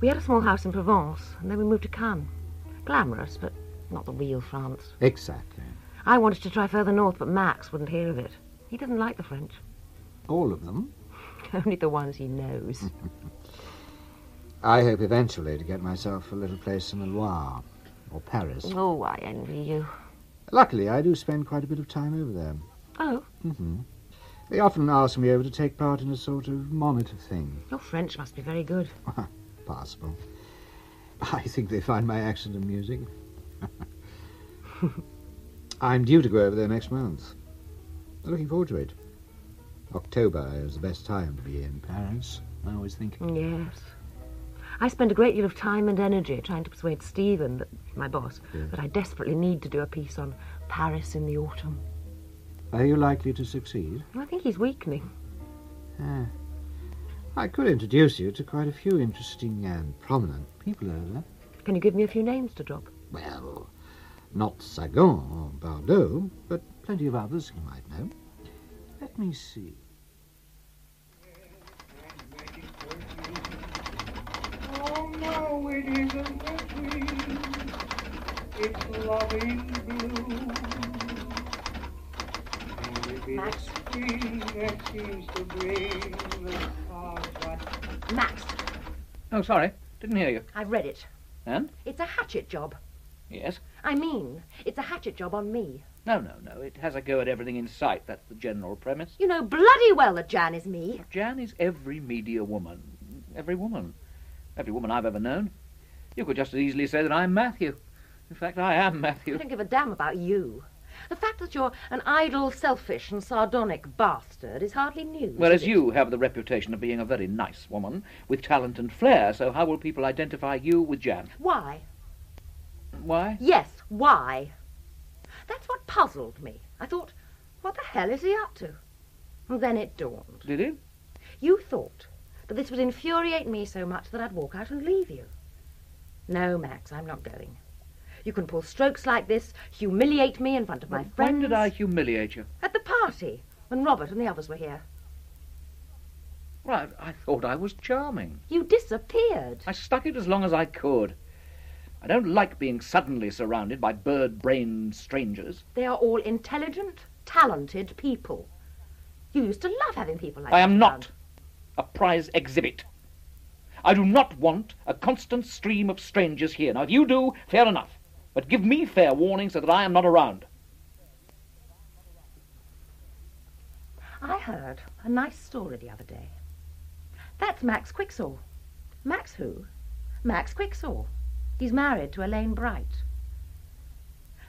[SPEAKER 3] We had a small house in Provence, and then we moved to Cannes. Glamorous, but not the real France.
[SPEAKER 11] Exactly.
[SPEAKER 3] I wanted to try further north, but Max wouldn't hear of it. He doesn't like the French,
[SPEAKER 11] All of them.
[SPEAKER 3] only the ones he knows.
[SPEAKER 11] I hope eventually to get myself a little place in the Loire or Paris.
[SPEAKER 3] oh, I envy you.
[SPEAKER 11] Luckily, I do spend quite a bit of time over there.
[SPEAKER 3] Oh,
[SPEAKER 11] hmm They often ask me over to take part in a sort of monitor thing.
[SPEAKER 3] your French must be very good.
[SPEAKER 11] Possible. I think they find my accent amusing. I'm due to go over there next month. Looking forward to it. October is the best time to be in Paris, I always think.
[SPEAKER 3] Yes. I spend a great deal of time and energy trying to persuade Stephen, that, my boss,
[SPEAKER 11] Yes.
[SPEAKER 3] that I desperately need to do a piece on Paris in the autumn.
[SPEAKER 11] Are you likely to succeed?
[SPEAKER 3] I think he's weakening.
[SPEAKER 11] Ah. I could introduce you to quite a few interesting and prominent people over there.
[SPEAKER 3] Can you give me a few names to drop?
[SPEAKER 11] Well, not Sagan or Bardot, but plenty of others you might know. Let me see.
[SPEAKER 2] Oh, no, it isn't the tree. It's loving blue. Max. That seems to bring the stars that-
[SPEAKER 14] Max,
[SPEAKER 15] Oh, sorry. Didn't hear you.
[SPEAKER 14] I've read it.
[SPEAKER 15] And?
[SPEAKER 14] It's a hatchet job.
[SPEAKER 15] Yes.
[SPEAKER 14] I mean, it's a hatchet job on me.
[SPEAKER 15] No, no, no. It has a go at everything in sight. That's the general premise.
[SPEAKER 14] You know bloody well that Jan is me.
[SPEAKER 15] Jan is every media woman. Every woman. Every woman I've ever known.
[SPEAKER 4] You could just as easily say that I'm Matthew. In fact, I am
[SPEAKER 3] I
[SPEAKER 4] Matthew.
[SPEAKER 3] don't give a damn about you. The fact that you're an idle, selfish, and sardonic bastard is hardly news.
[SPEAKER 4] Whereas
[SPEAKER 3] is it?
[SPEAKER 4] you have the reputation of being a very nice woman with talent and flair, so how will people identify you with Jan?
[SPEAKER 3] Why?
[SPEAKER 4] Why?
[SPEAKER 3] Yes, why? That's what puzzled me. I thought, what the hell is he up to? And then it dawned.
[SPEAKER 4] Did it?
[SPEAKER 3] You thought that this would infuriate me so much that I'd walk out and leave you. No, Max, I'm not going. You can pull strokes like this, humiliate me in front of my
[SPEAKER 4] When
[SPEAKER 3] friends.
[SPEAKER 4] did I humiliate you?
[SPEAKER 3] At the party, when Robert and the others were here.
[SPEAKER 4] Well, I, I thought I was charming.
[SPEAKER 3] You disappeared.
[SPEAKER 4] I stuck it as long as I could. I don't like being suddenly surrounded by bird-brained strangers.
[SPEAKER 3] They are all intelligent, talented people. You used to love having people like
[SPEAKER 4] I am
[SPEAKER 3] that
[SPEAKER 4] not a prize exhibit. I do not want a constant stream of strangers here. Now, if you do, fair enough. But give me fair warning so that I am not around.
[SPEAKER 3] I heard a nice story the other day. That's Max Quicksaw. Max who? Max Quicksaw. He's married to Elaine Bright.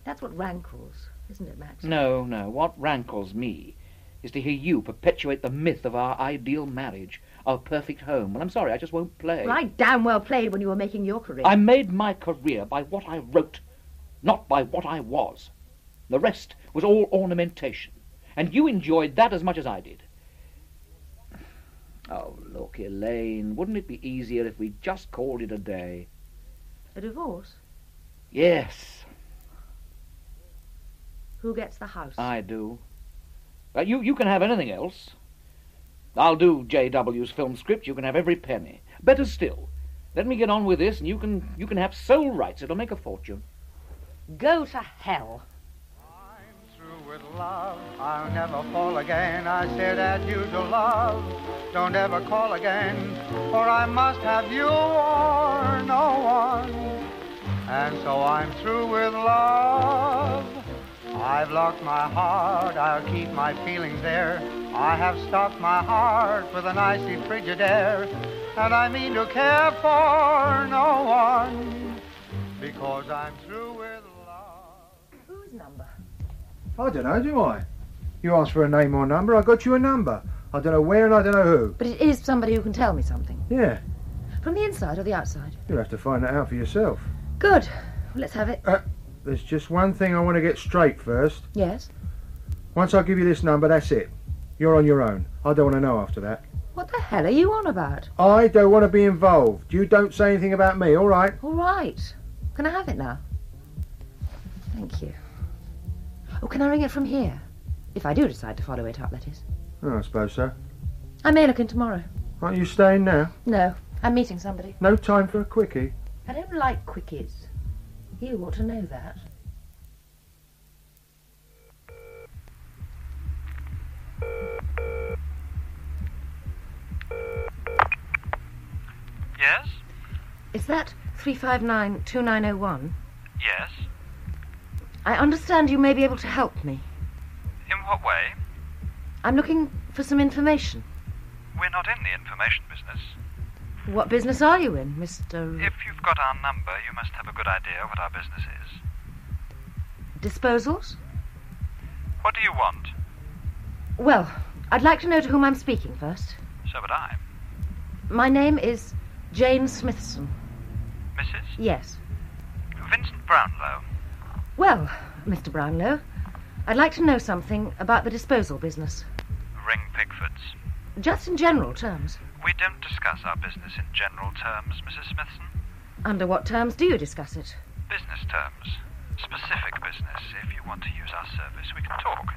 [SPEAKER 3] That's what rankles, isn't it, Max?
[SPEAKER 4] No, no. What rankles me is to hear you perpetuate the myth of our ideal marriage, our perfect home. Well, I'm sorry, I just won't play.
[SPEAKER 3] Well, I damn well played when you were making your career.
[SPEAKER 4] I made my career by what I wrote, not by what I was. The rest was all ornamentation, and you enjoyed that as much as I did. Oh, look, Elaine, wouldn't it be easier if we just called it a day?
[SPEAKER 3] A divorce?
[SPEAKER 4] Yes,
[SPEAKER 3] Who gets the house?
[SPEAKER 4] I do. Uh, you, you can have anything else. I'll do J.W.'s film script. You can have every penny. Better still, let me get on with this, and you can you can have sole rights. It'll make a fortune.
[SPEAKER 3] Go to hell.
[SPEAKER 2] With love, I'll never fall again. I said at you to love, don't ever call again, for I must have you or no one. And so I'm through with love. I've locked my heart, I'll keep my feelings there. I have stuffed my heart with an icy frigidaire, and I mean to care for no one, because I'm through with
[SPEAKER 3] Whose number?
[SPEAKER 10] I don't know, do I? You asked for a name or number, I got you a number. I don't know where and I don't know who.
[SPEAKER 3] But it is somebody who can tell me something.
[SPEAKER 10] Yeah,
[SPEAKER 3] From the inside or the outside?
[SPEAKER 10] you'll have to find that out for yourself.
[SPEAKER 3] Good. Let's have it.
[SPEAKER 10] There's just one thing I want to get straight first.
[SPEAKER 3] yes?
[SPEAKER 10] Once I give you this number, that's it. You're on your own. I don't want to know after that.
[SPEAKER 3] What the hell are you on about?
[SPEAKER 10] I don't want to be involved. You don't say anything about me, all right?
[SPEAKER 3] All right. Can I have it now? Thank you. Oh, can I ring it from here? If I do decide to follow it up, that is.
[SPEAKER 10] Oh, I suppose so.
[SPEAKER 3] I may look in tomorrow.
[SPEAKER 10] Aren't you staying now?
[SPEAKER 3] No, I'm meeting somebody.
[SPEAKER 10] No time for a quickie.
[SPEAKER 3] I don't like quickies. You ought to know that.
[SPEAKER 16] Yes?
[SPEAKER 3] Is that 359 2901?
[SPEAKER 16] Yes?
[SPEAKER 3] I understand you may be able to help me.
[SPEAKER 16] In what way?
[SPEAKER 3] I'm looking for some information.
[SPEAKER 16] We're not in the information business.
[SPEAKER 3] What business are you in, Mr.
[SPEAKER 16] If you've got our number, you must have a good idea what our business is.
[SPEAKER 3] Disposals?
[SPEAKER 16] What do you want?
[SPEAKER 3] Well, I'd like to know to whom I'm speaking first.
[SPEAKER 16] So would I.
[SPEAKER 3] My name is Jane Smithson.
[SPEAKER 16] Mrs.
[SPEAKER 3] Yes.
[SPEAKER 16] Vincent Brownlow.
[SPEAKER 3] Well, Mr. Brownlow, I'd like to know something about the disposal business,
[SPEAKER 16] Ring Pickfords.
[SPEAKER 3] just in general terms.
[SPEAKER 16] We don't discuss our business in general terms, Mrs. Smithson.
[SPEAKER 3] Under what terms do you discuss it?
[SPEAKER 16] Business terms. Specific business. If you want to use our service, we can talk.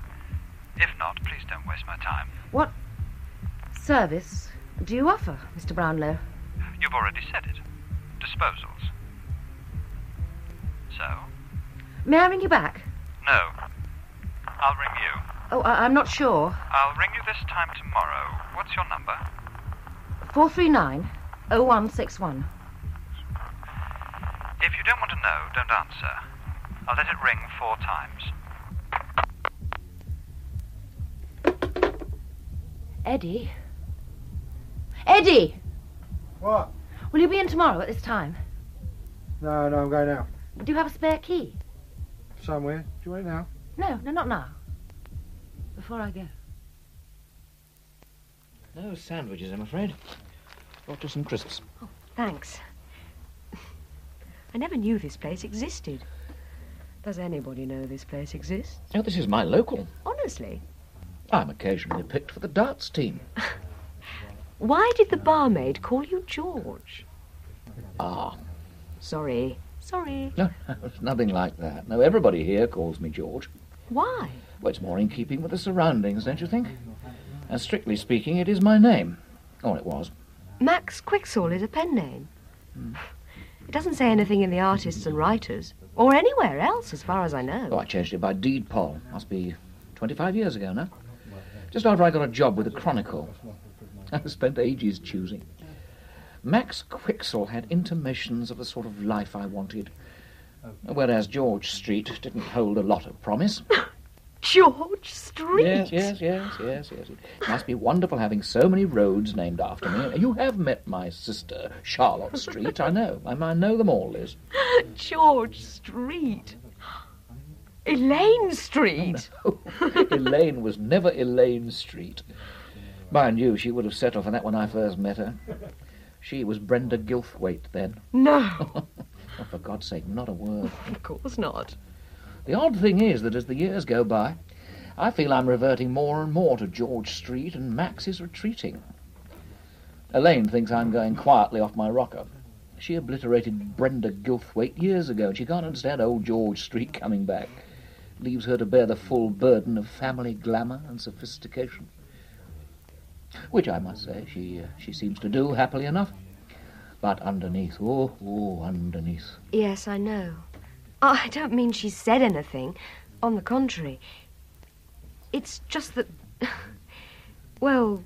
[SPEAKER 16] If not, please don't waste my time.
[SPEAKER 3] What service do you offer, Mr. Brownlow?
[SPEAKER 16] You've already said it. Disposals. So?
[SPEAKER 3] May I ring you back?
[SPEAKER 16] No. I'll ring you.
[SPEAKER 3] Oh, I- I'm not sure.
[SPEAKER 16] I'll ring you this time tomorrow. What's your number?
[SPEAKER 3] 439 0161.
[SPEAKER 16] If you don't want to know, don't answer. I'll let it ring four times.
[SPEAKER 3] Eddie? Eddie!
[SPEAKER 10] What?
[SPEAKER 3] Will you be in tomorrow at this time?
[SPEAKER 10] No, no, I'm going out.
[SPEAKER 9] Do you have a spare key?
[SPEAKER 10] Somewhere. Do you want it now?
[SPEAKER 9] No, no, not now. Before I go.
[SPEAKER 4] No sandwiches, I'm afraid. Brought you some crisps.
[SPEAKER 8] Thanks. I never knew this place existed. Does anybody know this place exists?
[SPEAKER 4] Oh, this is my local.
[SPEAKER 8] Honestly,
[SPEAKER 4] I'm occasionally picked for the darts team.
[SPEAKER 8] why did the barmaid call you George?
[SPEAKER 4] Ah,
[SPEAKER 8] Sorry. Sorry.
[SPEAKER 4] no, it's nothing like that. No, everybody here calls me George.
[SPEAKER 8] Why?
[SPEAKER 4] Well, it's more in keeping with the surroundings, don't you think? And strictly speaking, it is my name. Or it was.
[SPEAKER 8] Max Quixall is a pen name. It doesn't say anything in the artists and writers, or anywhere else, as far as I know.
[SPEAKER 4] Oh, I changed it by deed poll. Must be 25 years ago now. Just after I got a job with the Chronicle. I spent ages choosing. Max Quixell had intimations of the sort of life I wanted, whereas George Street didn't hold a lot of promise.
[SPEAKER 8] George Street?
[SPEAKER 4] Yes, yes, yes, yes, yes. It must be wonderful having so many roads named after me. You have met my sister, Charlotte Street, I know. I, I know them all, Liz.
[SPEAKER 8] George Street. Elaine Street.
[SPEAKER 4] Elaine was never Elaine Street. Mind you, she would have set off on that when I first met her. She was Brenda Gilthwaite then.
[SPEAKER 8] No.
[SPEAKER 4] Oh, for God's sake, not a word.
[SPEAKER 8] Of course not.
[SPEAKER 4] The odd thing is that as the years go by, I feel I'm reverting more and more to George Street and Max is retreating. Elaine thinks I'm going quietly off my rocker. She obliterated Brenda Gilthwaite years ago, and she can't understand old George Street coming back. Leaves her to bear the full burden of family glamour and sophistication. Which I must say, she, uh, she seems to do happily enough. But underneath, oh, oh, underneath,
[SPEAKER 8] Yes, I know. Oh, I don't mean she said anything. On the contrary. It's just that. Well.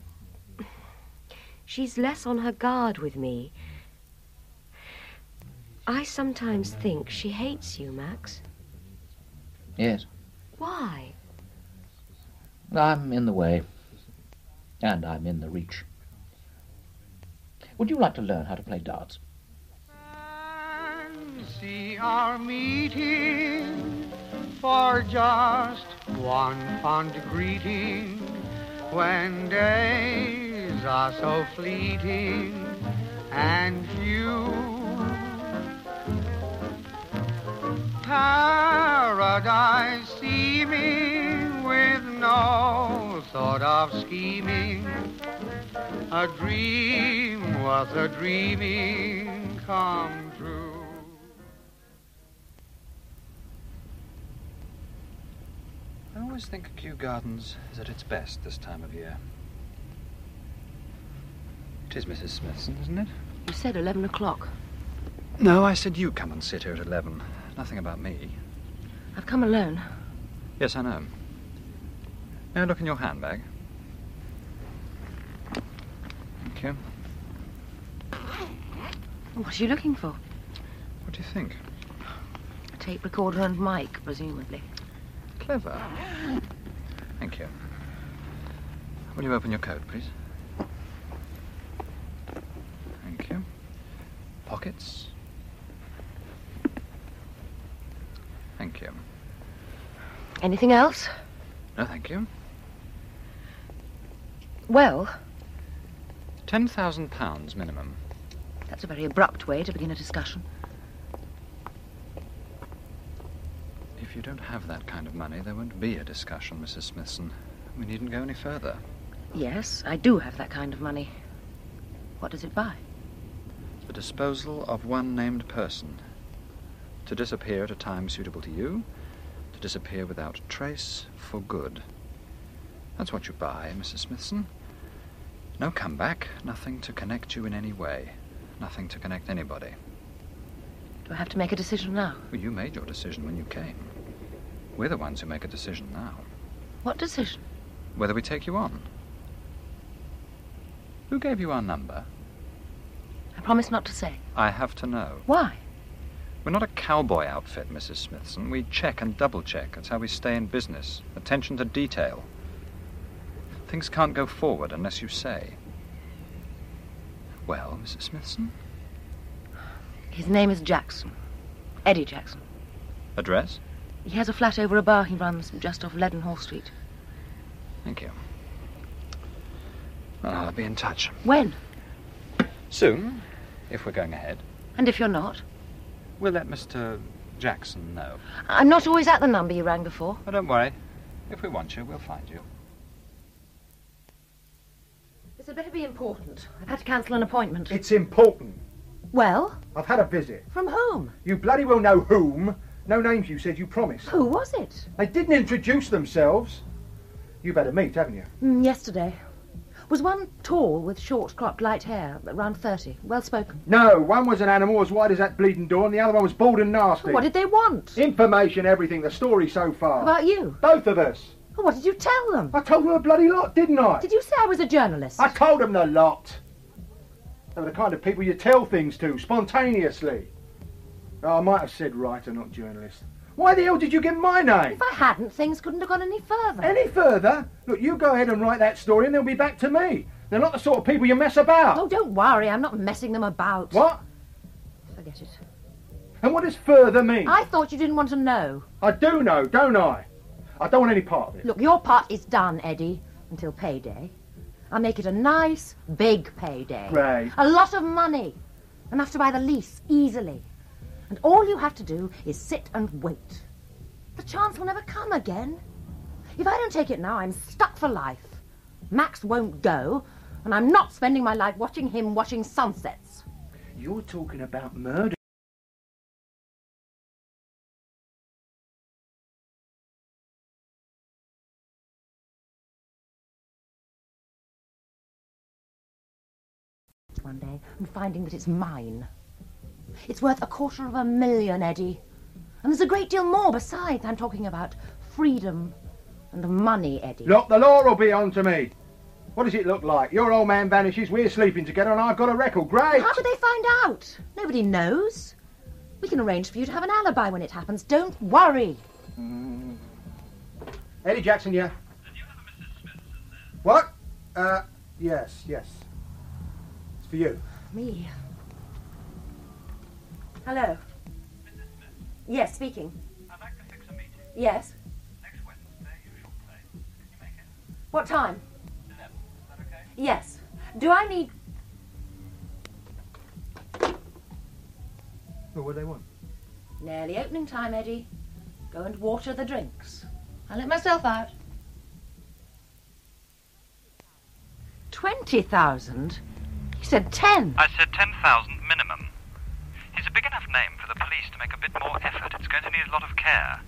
[SPEAKER 8] She's less on her guard with me. I sometimes think she hates you, Max.
[SPEAKER 4] yes,
[SPEAKER 8] Why?
[SPEAKER 4] I'm in the way. And I'm in the reach. Would you like to learn how to play darts?
[SPEAKER 2] See our meeting for just one fond greeting when days are so fleeting and few. Paradise seeming with no thought of scheming, a dream was a dreaming come true.
[SPEAKER 1] I always think Kew Gardens is at its best this time of year. It is Mrs. Smithson, isn't it?
[SPEAKER 3] You said 11 o'clock.
[SPEAKER 1] No, I said you come and sit here at 11. Nothing about me.
[SPEAKER 3] I've come alone.
[SPEAKER 1] Yes, I know. May I look in your handbag? Thank you.
[SPEAKER 3] What are you looking for?
[SPEAKER 1] What do you think?
[SPEAKER 3] A tape recorder and mic, presumably.
[SPEAKER 1] Clever. Thank you. Will you open your coat, please? Thank you. Pockets? Thank you.
[SPEAKER 3] Anything else?
[SPEAKER 1] No, thank you.
[SPEAKER 3] Well,
[SPEAKER 1] Ten thousand pounds minimum.
[SPEAKER 3] that's a very abrupt way to begin a discussion.
[SPEAKER 1] If you don't have that kind of money, there won't be a discussion, Mrs. Smithson. We needn't go any further.
[SPEAKER 3] Yes, I do have that kind of money. What does it buy?
[SPEAKER 1] The disposal of one named person. To disappear at a time suitable to you, to disappear without trace for good. That's what you buy, Mrs. Smithson. No comeback, nothing to connect you in any way, nothing to connect anybody.
[SPEAKER 3] Do I have to make a decision now?
[SPEAKER 1] Well, you made your decision when you came. We're the ones who make a decision now.
[SPEAKER 3] What decision?
[SPEAKER 1] Whether we take you on. Who gave you our number?
[SPEAKER 3] I promise not to say.
[SPEAKER 1] I have to know.
[SPEAKER 3] Why?
[SPEAKER 1] We're not a cowboy outfit, Mrs. Smithson. We check and double check. That's how we stay in business. Attention to detail. Things can't go forward unless you say. Well, Mrs. Smithson?
[SPEAKER 3] His name is Jackson. Eddie Jackson.
[SPEAKER 17] Address?
[SPEAKER 3] He has a flat over a bar he runs just off Leadenhall Street.
[SPEAKER 17] Thank you. Well,
[SPEAKER 1] Ah,
[SPEAKER 17] I'll be in touch.
[SPEAKER 3] When?
[SPEAKER 17] Soon, if we're going ahead.
[SPEAKER 3] And if you're not?
[SPEAKER 17] We'll let Mr. Jackson know.
[SPEAKER 3] I'm not always at the number you rang before.
[SPEAKER 1] Oh,
[SPEAKER 17] But don't worry. If we want you, we'll find you.
[SPEAKER 3] This had better be important. I've had to cancel an appointment.
[SPEAKER 10] It's important.
[SPEAKER 3] Well?
[SPEAKER 10] I've had a visit.
[SPEAKER 3] From whom?
[SPEAKER 10] You bloody well know whom. No names, you said you promised.
[SPEAKER 3] Who was it?
[SPEAKER 10] They didn't introduce themselves. You've had a meet, haven't you?
[SPEAKER 3] Mm, yesterday. Was one tall with short cropped light hair, around 30, well spoken.
[SPEAKER 10] No, one was an animal as white as that bleeding door, and the other one was bald and nasty.
[SPEAKER 3] What did they want?
[SPEAKER 10] Information, everything, the story so far.
[SPEAKER 3] About you?
[SPEAKER 10] Both of us.
[SPEAKER 3] What did you tell them?
[SPEAKER 10] I told them a bloody lot, didn't I?
[SPEAKER 3] Did you say I was a journalist?
[SPEAKER 10] I told them the lot. They were the kind of people you tell things to, spontaneously. Oh, I might have said writer, not journalist. Why the hell did you get my name?
[SPEAKER 3] If I hadn't, things couldn't have gone any further.
[SPEAKER 10] Any further? Look, you go ahead and write that story and they'll be back to me. They're not the sort of people you mess about.
[SPEAKER 3] Oh, don't worry, I'm not messing them about.
[SPEAKER 10] What?
[SPEAKER 3] Forget it.
[SPEAKER 10] And what does further mean?
[SPEAKER 3] I thought you didn't want to know.
[SPEAKER 10] I do know, don't I? I don't want any part of it.
[SPEAKER 3] Look, your part is done, Eddie, until payday. I'll make it a nice, big payday.
[SPEAKER 10] Right.
[SPEAKER 3] A lot of money. Enough to buy the lease easily. And all you have to do is sit and wait. The chance will never come again. If I don't take it now, I'm stuck for life. Max won't go, and I'm not spending my life watching him watching sunsets.
[SPEAKER 10] You're talking about murder.
[SPEAKER 3] one day and finding that it's mine. It's worth a quarter of a million, Eddie. And there's a great deal more besides. I'm talking about freedom and money, Eddie.
[SPEAKER 10] Look, the law will be on to me. What does it look like? Your old man vanishes, we're sleeping together, and I've got a record. Great!
[SPEAKER 3] How could they find out? Nobody knows. We can arrange for you to have an alibi when it happens. Don't worry.
[SPEAKER 10] Mm. Eddie Jackson, yeah? What? Uh, yes, yes. It's for you.
[SPEAKER 3] Me. Hello. Yes, speaking.
[SPEAKER 1] I'd like to fix a meeting
[SPEAKER 3] Yes.
[SPEAKER 1] next Wednesday, usual place. Can you make it?
[SPEAKER 3] What time?
[SPEAKER 1] Eleven. Is that okay?
[SPEAKER 3] Yes. Do I need.
[SPEAKER 10] Well, what do they want?
[SPEAKER 3] Nearly opening time, Eddie. Go and water the drinks. I'll let myself out. 20,000? He said 10.
[SPEAKER 1] I said 10,000 minimum. He's a big enough name for the police to make a bit more effort. It's going to need a lot of care.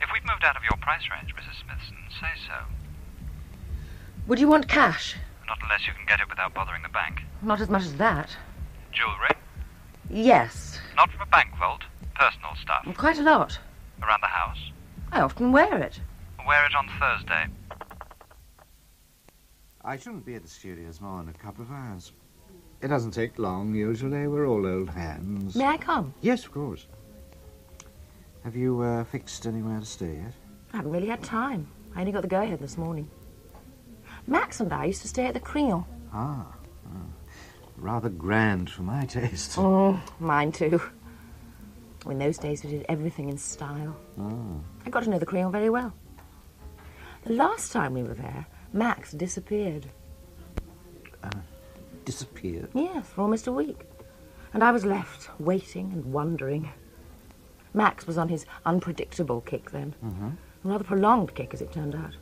[SPEAKER 1] If we've moved out of your price range, Mrs. Smithson, say so.
[SPEAKER 3] Would you want cash?
[SPEAKER 1] Not unless you can get it without bothering the bank.
[SPEAKER 3] Not as much as that.
[SPEAKER 1] Jewelry?
[SPEAKER 3] Yes.
[SPEAKER 1] Not from a bank vault. Personal stuff.
[SPEAKER 3] Quite a lot.
[SPEAKER 1] Around the house.
[SPEAKER 3] I often wear it.
[SPEAKER 1] Wear it on Thursday.
[SPEAKER 11] I shouldn't be at the studios more than a couple of hours. It doesn't take long, usually. We're all old hands.
[SPEAKER 3] May I come?
[SPEAKER 11] Yes, of course. Have you uh, fixed anywhere to stay yet?
[SPEAKER 3] I haven't really had time. I only got the go ahead this morning. Max and I used to stay at the Creole.
[SPEAKER 11] Ah, ah. rather grand for my taste.
[SPEAKER 3] Oh, mine too. In those days, we did everything in style.
[SPEAKER 11] Ah.
[SPEAKER 3] I got to know the Creole very well. The last time we were there, Max disappeared.
[SPEAKER 11] Disappeared.
[SPEAKER 3] Yes, for almost a week. And I was left waiting and wondering. Max was on his unpredictable kick then.
[SPEAKER 11] Mm-hmm.
[SPEAKER 3] A rather prolonged kick, as it turned out.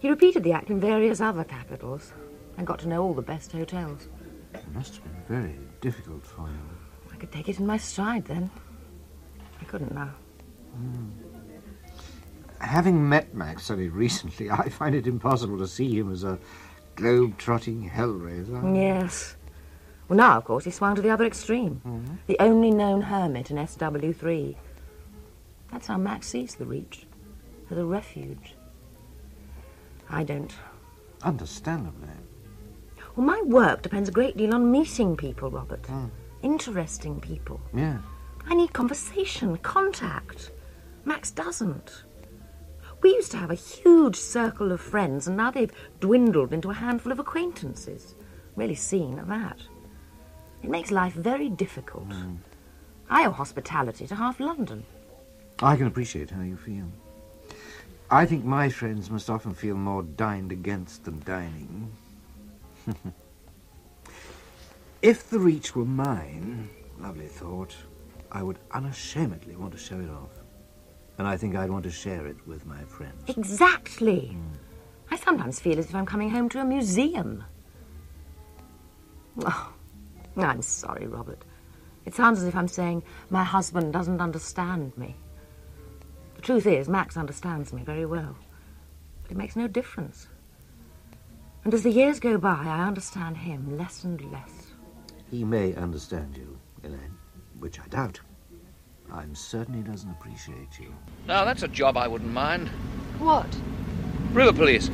[SPEAKER 3] He repeated the act in various other capitals and got to know all the best hotels.
[SPEAKER 11] It must have been very difficult for you.
[SPEAKER 3] I could take it in my stride then. I couldn't now.
[SPEAKER 11] Hmm. Having met Max only recently, I find it impossible to see him as a globe-trotting hellraiser.
[SPEAKER 3] Yes. Well, now, of course, he swung to the other extreme.
[SPEAKER 11] Mm-hmm.
[SPEAKER 3] The only known hermit in SW3. That's how Max sees the Reach as a refuge. I don't.
[SPEAKER 11] Understandably.
[SPEAKER 3] Well, my work depends a great deal on meeting people, Robert. Interesting people.
[SPEAKER 11] Yeah.
[SPEAKER 3] I need conversation, contact. Max doesn't. We used to have a huge circle of friends, and now they've dwindled into a handful of acquaintances. Really seen at that. It makes life very difficult. I owe hospitality to half London.
[SPEAKER 11] I can appreciate how you feel. I think my friends must often feel more dined against than dining. if the reach were mine, lovely thought, I would unashamedly want to show it off. And I think I'd want to share it with my friends.
[SPEAKER 3] Exactly. I sometimes feel as if I'm coming home to a museum. Oh, I'm sorry, Robert. It sounds as if I'm saying my husband doesn't understand me. The truth is, Max understands me very well. But it makes no difference. And as the years go by, I understand him less and less.
[SPEAKER 11] He may understand you, Elaine, which I doubt. I'm certain he doesn't appreciate you.
[SPEAKER 4] Now, that's a job I wouldn't mind.
[SPEAKER 9] What?
[SPEAKER 4] River police.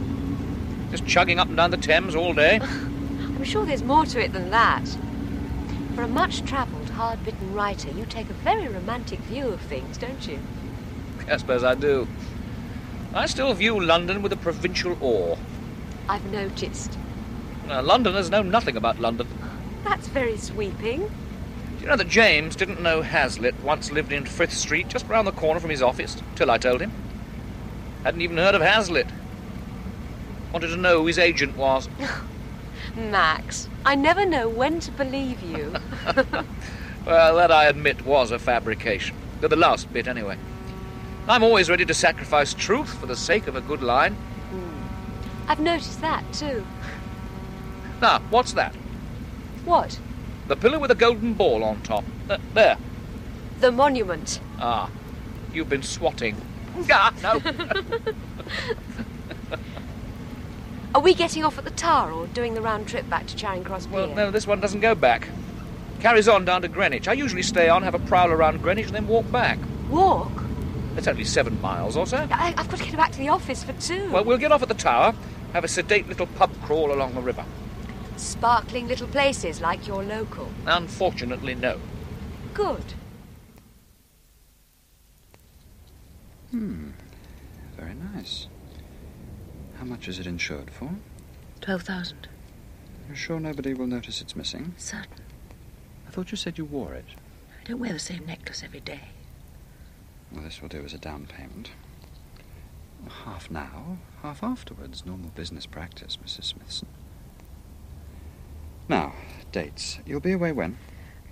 [SPEAKER 4] Just chugging up and down the Thames all day.
[SPEAKER 9] I'm sure there's more to it than that. For a much travelled, hard bitten writer, you take a very romantic view of things, don't you?
[SPEAKER 4] I suppose I do. I still view London with a provincial awe.
[SPEAKER 9] I've noticed.
[SPEAKER 4] Now, Londoners know nothing about London.
[SPEAKER 9] That's very sweeping.
[SPEAKER 4] Do you know that James didn't know Hazlitt once lived in Frith Street, just round the corner from his office, till I told him? Hadn't even heard of Hazlitt. Wanted to know who his agent was.
[SPEAKER 9] Max, I never know when to believe you.
[SPEAKER 4] Well, that I admit was a fabrication. The the last bit, anyway. I'm always ready to sacrifice truth for the sake of a good line.
[SPEAKER 9] I've noticed that too.
[SPEAKER 4] Now, what's that?
[SPEAKER 9] What?
[SPEAKER 4] The pillar with a golden ball on top. Th- there.
[SPEAKER 9] The monument.
[SPEAKER 4] Ah, you've been swatting. Ah, no.
[SPEAKER 9] Are we getting off at the Tower or doing the round trip back to Charing Cross Pier?
[SPEAKER 4] Well, no, this one doesn't go back. Carries on down to Greenwich. I usually stay on, have a prowl around Greenwich, and then walk back.
[SPEAKER 9] Walk?
[SPEAKER 4] It's only seven miles or so.
[SPEAKER 9] I, I've got to get back to the office for two.
[SPEAKER 4] Well, we'll get off at the Tower, have a sedate little pub crawl along the river.
[SPEAKER 9] Sparkling little places like your local.
[SPEAKER 4] Unfortunately, no.
[SPEAKER 9] Good.
[SPEAKER 1] Hmm. Very nice. How much is it insured for?
[SPEAKER 3] 12,000.
[SPEAKER 1] You're sure nobody will notice it's missing?
[SPEAKER 3] Certain.
[SPEAKER 1] I thought you said you wore it.
[SPEAKER 3] I don't wear the same necklace every day.
[SPEAKER 1] Well, this will do as a down payment. Half now, half afterwards. Normal business practice, Mrs. Smithson. Now, dates. You'll be away when?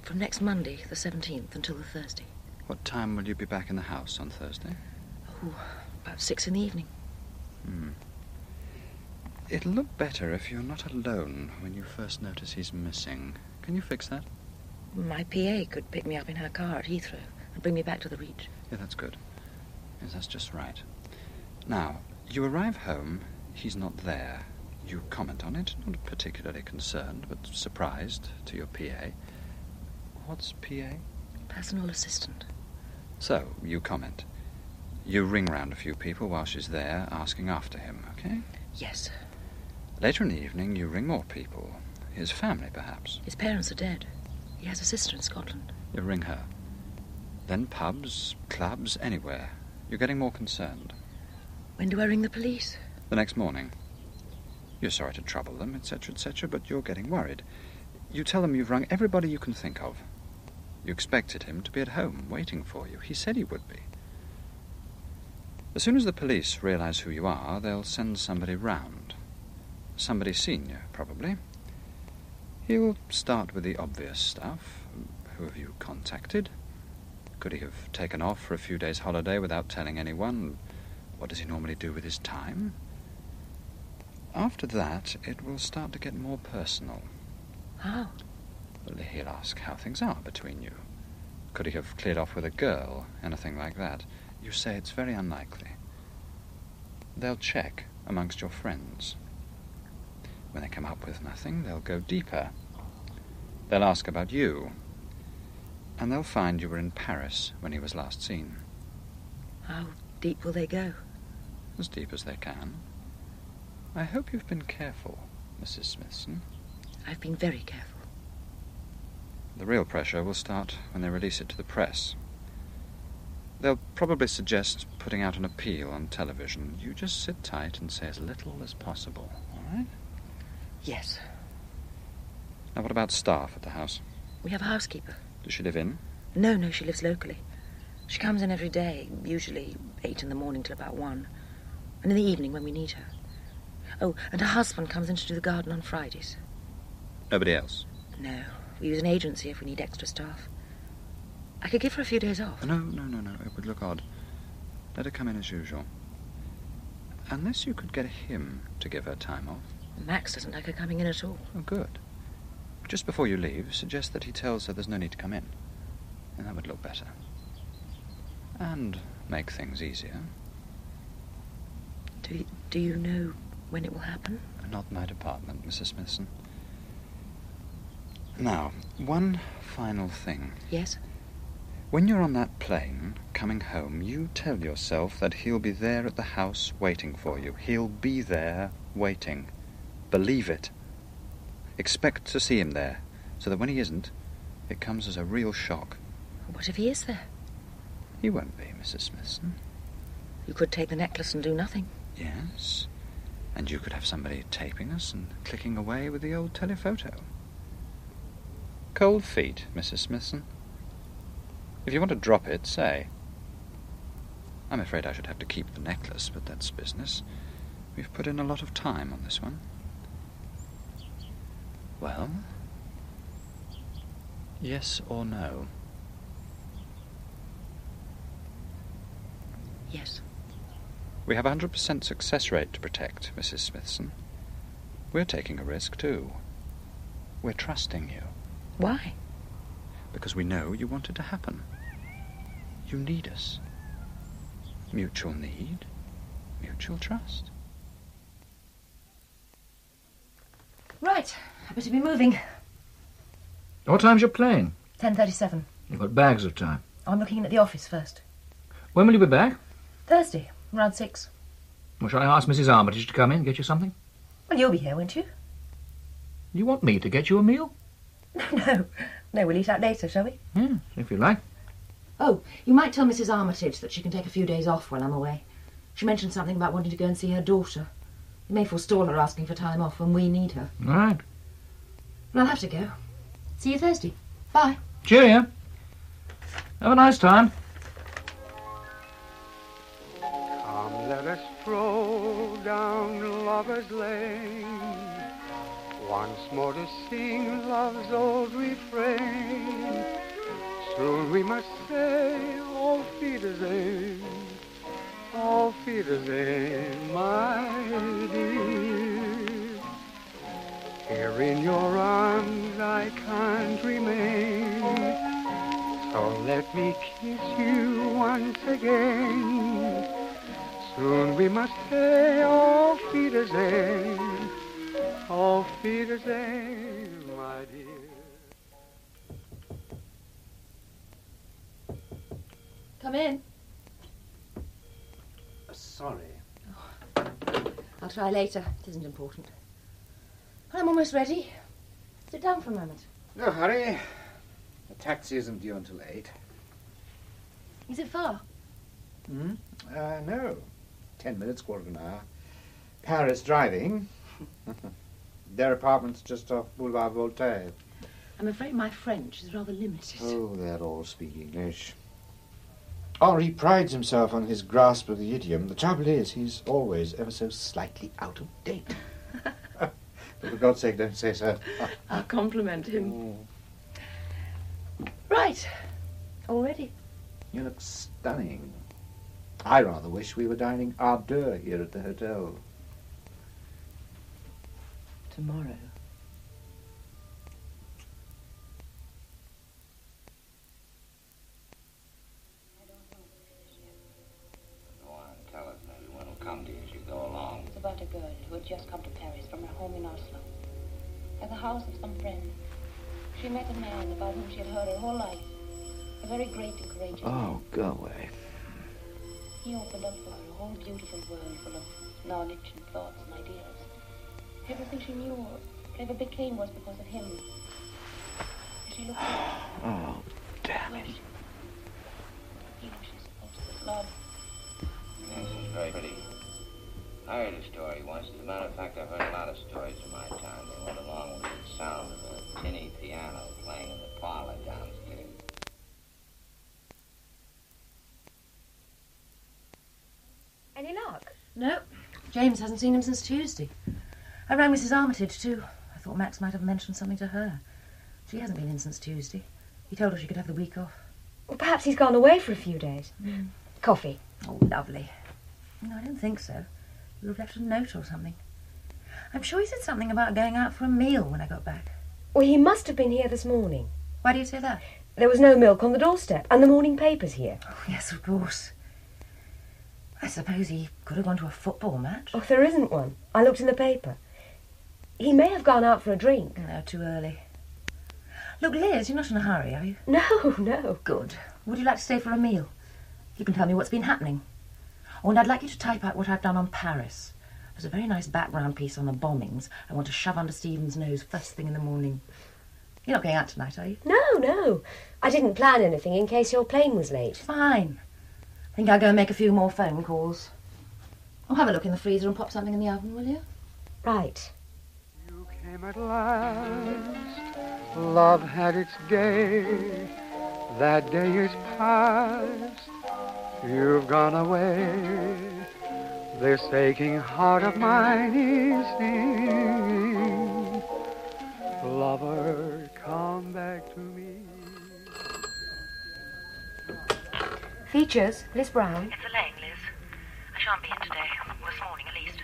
[SPEAKER 3] From next Monday, the 17th, until the Thursday.
[SPEAKER 1] What time will you be back in the house on Thursday?
[SPEAKER 3] Oh, about six in the evening.
[SPEAKER 1] Hmm. It'll look better if you're not alone when you first notice he's missing. Can you fix that?
[SPEAKER 3] My PA could pick me up in her car at Heathrow and bring me back to the Reach.
[SPEAKER 1] Yeah, that's good. Yes, that's just right. Now, you arrive home, he's not there. You comment on it, not particularly concerned, but surprised to your PA. What's PA?
[SPEAKER 3] Personal assistant.
[SPEAKER 1] So, you comment. You ring round a few people while she's there, asking after him, okay?
[SPEAKER 3] Yes.
[SPEAKER 1] Later in the evening, you ring more people. His family, perhaps.
[SPEAKER 3] His parents are dead. He has a sister in Scotland.
[SPEAKER 1] You ring her. Then pubs, clubs, anywhere. You're getting more concerned.
[SPEAKER 3] When do I ring the police?
[SPEAKER 1] The next morning. You're sorry to trouble them, etc., etc., but you're getting worried. You tell them you've rung everybody you can think of. You expected him to be at home waiting for you. He said he would be. As soon as the police realize who you are, they'll send somebody round. Somebody senior, probably. He will start with the obvious stuff. Who have you contacted? Could he have taken off for a few days' holiday without telling anyone? What does he normally do with his time? After that, it will start to get more personal.
[SPEAKER 3] How?
[SPEAKER 1] Well, he'll ask how things are between you. Could he have cleared off with a girl? Anything like that. You say it's very unlikely. They'll check amongst your friends. When they come up with nothing, they'll go deeper. They'll ask about you. And they'll find you were in Paris when he was last seen,
[SPEAKER 3] How deep will they go?
[SPEAKER 1] as deep as they can. I hope you've been careful, Mrs. Smithson.
[SPEAKER 3] I've been very careful.
[SPEAKER 1] The real pressure will start when they release it to the press. They'll probably suggest putting out an appeal on television. You just sit tight and say as little as possible, all right?
[SPEAKER 3] Yes.
[SPEAKER 1] Now, what about staff at the house?
[SPEAKER 3] We have a housekeeper.
[SPEAKER 1] Does she live in?
[SPEAKER 18] No, no, she lives locally. She comes in every day, usually eight in the morning till about one, and in the evening when we need her. Oh, and her husband comes in to do the garden on Fridays.
[SPEAKER 1] Nobody else?
[SPEAKER 18] No, we use an agency if we need extra staff. I could give her a few days off.
[SPEAKER 1] No, no, no, no. It would look odd. Let her come in as usual. Unless you could get him to give her time off.
[SPEAKER 18] Max doesn't like her coming in at all.
[SPEAKER 1] Oh, good. Just before you leave, suggest that he tells her there's no need to come in. And that would look better. And make things easier.
[SPEAKER 18] Do you, do you know when it will happen?
[SPEAKER 1] Not my department, Mrs. Smithson. Now, one final thing.
[SPEAKER 18] Yes?
[SPEAKER 1] When you're on that plane, coming home, you tell yourself that he'll be there at the house waiting for you. He'll be there waiting. Believe it. Expect to see him there, so that when he isn't, it comes as a real shock.
[SPEAKER 18] What if he is there?
[SPEAKER 1] He won't be, Mrs. Smithson.
[SPEAKER 18] You could take the necklace and do nothing.
[SPEAKER 1] Yes. And you could have somebody taping us and clicking away with the old telephoto. Cold feet, Mrs. Smithson. If you want to drop it, say. I'm afraid I should have to keep the necklace, but that's business. We've put in a lot of time on this one. Well? Yes or no?
[SPEAKER 18] Yes.
[SPEAKER 1] We have a 100% success rate to protect, Mrs. Smithson. We're taking a risk, too. We're trusting you.
[SPEAKER 18] Why?
[SPEAKER 1] Because we know you want it to happen. You need us. Mutual need, mutual trust.
[SPEAKER 3] Right, I better be moving.
[SPEAKER 19] What time's your plane?
[SPEAKER 3] 10.37.
[SPEAKER 19] You've got bags of time.
[SPEAKER 3] I'm looking in at the office first.
[SPEAKER 19] When will you be back?
[SPEAKER 3] Thursday, around six.
[SPEAKER 19] Or shall I ask Mrs. Armitage to come in and get you something?
[SPEAKER 3] Well, you'll be here, won't you?
[SPEAKER 19] You want me to get you a meal?
[SPEAKER 3] no, no, we'll eat out later, shall we?
[SPEAKER 1] Hmm?
[SPEAKER 19] Yes, if you like.
[SPEAKER 3] Oh, you might tell Mrs. Armitage that she can take a few days off while I'm away. She mentioned something about wanting to go and see her daughter. You may forestall her asking for time off when we need her.
[SPEAKER 19] All right.
[SPEAKER 3] Well, I'll have to go. See you Thursday. Bye.
[SPEAKER 19] Cheerio. Have a nice time.
[SPEAKER 2] Come, let us stroll down lover's lane once more to sing love's old refrain. Soon we must say, Oh, Wiedersehen, Oh, Wiedersehen, my dear. Here in your arms I can't remain, so let me kiss you once again. Soon we must say, Oh, Wiedersehen. Auf Wiedersehen, my dear.
[SPEAKER 3] Come in.
[SPEAKER 11] Uh,
[SPEAKER 5] Sorry.
[SPEAKER 3] I'll try later. It isn't important. I'm almost ready. Sit down for a moment.
[SPEAKER 11] No hurry. The taxi isn't due until eight.
[SPEAKER 3] Is it far?
[SPEAKER 11] Hmm? Uh, no. Ten minutes, quarter of an hour. Paris driving. Their apartment's just off Boulevard Voltaire.
[SPEAKER 18] I'm afraid my French is rather limited.
[SPEAKER 11] Oh, they're all speak English. Henri prides himself on his grasp of the idiom. The trouble is, he's always ever so slightly out of date. but for God's sake, don't say so.
[SPEAKER 18] I'll compliment him.
[SPEAKER 3] Right. Already.
[SPEAKER 11] You look stunning. I rather wish we were dining hors d'oeuvre here at the hotel.
[SPEAKER 18] Tomorrow.
[SPEAKER 20] Go on, tell us. Maybe one will come to you as you go along.
[SPEAKER 21] It's about a girl who had just come to Paris from her home in Oslo. At the house of some friend, she met a man about whom she had heard her whole life. A very great and courageous man.
[SPEAKER 11] Oh, go away.
[SPEAKER 21] He opened up for her a whole beautiful world full of knowledge and thoughts and ideas. Everything she knew or ever became was because of him. As she looked up,
[SPEAKER 11] Oh, damn it.
[SPEAKER 21] he was she's supposed to love.
[SPEAKER 20] Yes, she's very pretty. I heard a story once. As a matter of fact, I've heard a lot of stories in my time. They went along with the sound of a tinny piano playing in the parlor downstairs.
[SPEAKER 3] No.
[SPEAKER 22] James hasn't seen him since Tuesday. I rang Mrs. Armitage, too. I thought Max might have mentioned something to her. She hasn't been in since Tuesday. He told her she could have the week off. Hmm.
[SPEAKER 8] Well, perhaps he's gone away for a few days. Coffee.
[SPEAKER 22] Oh, lovely. No, I don't think so. You'll have left a note or something. I'm sure he said something about going out for a meal when I got back.
[SPEAKER 8] Well, he must have been here this morning.
[SPEAKER 22] Why do you say that?
[SPEAKER 8] There was no milk on the doorstep, and the morning paper's here.
[SPEAKER 22] Oh, yes, of course. I suppose he could have gone to a football match.
[SPEAKER 8] Oh, there isn't one. I looked in the paper. He may have gone out for a drink.
[SPEAKER 22] No, too early. Look, Liz, you're not in a hurry, are you?
[SPEAKER 8] No, no.
[SPEAKER 22] Good. Would you like to stay for a meal? You can tell me what's been happening. Oh, and I'd like you to type out what I've done on Paris. There's a very nice background piece on the bombings I want to shove under Stephen's nose first thing in the morning. You're not going out tonight, are you?
[SPEAKER 8] No, no. I didn't plan anything in case your plane was late.
[SPEAKER 22] Fine. I think I'll go and make a few more phone calls. Oh, have a look in the freezer and pop something in the oven, will you?
[SPEAKER 8] Right.
[SPEAKER 2] Came at last, love had its day. That day is past, you've gone away. This aching heart of mine is singing. Lover, come back to me.
[SPEAKER 8] Features, Liz Brown.
[SPEAKER 23] It's Elaine, Liz. I shan't be in today. Well, This morning, at least.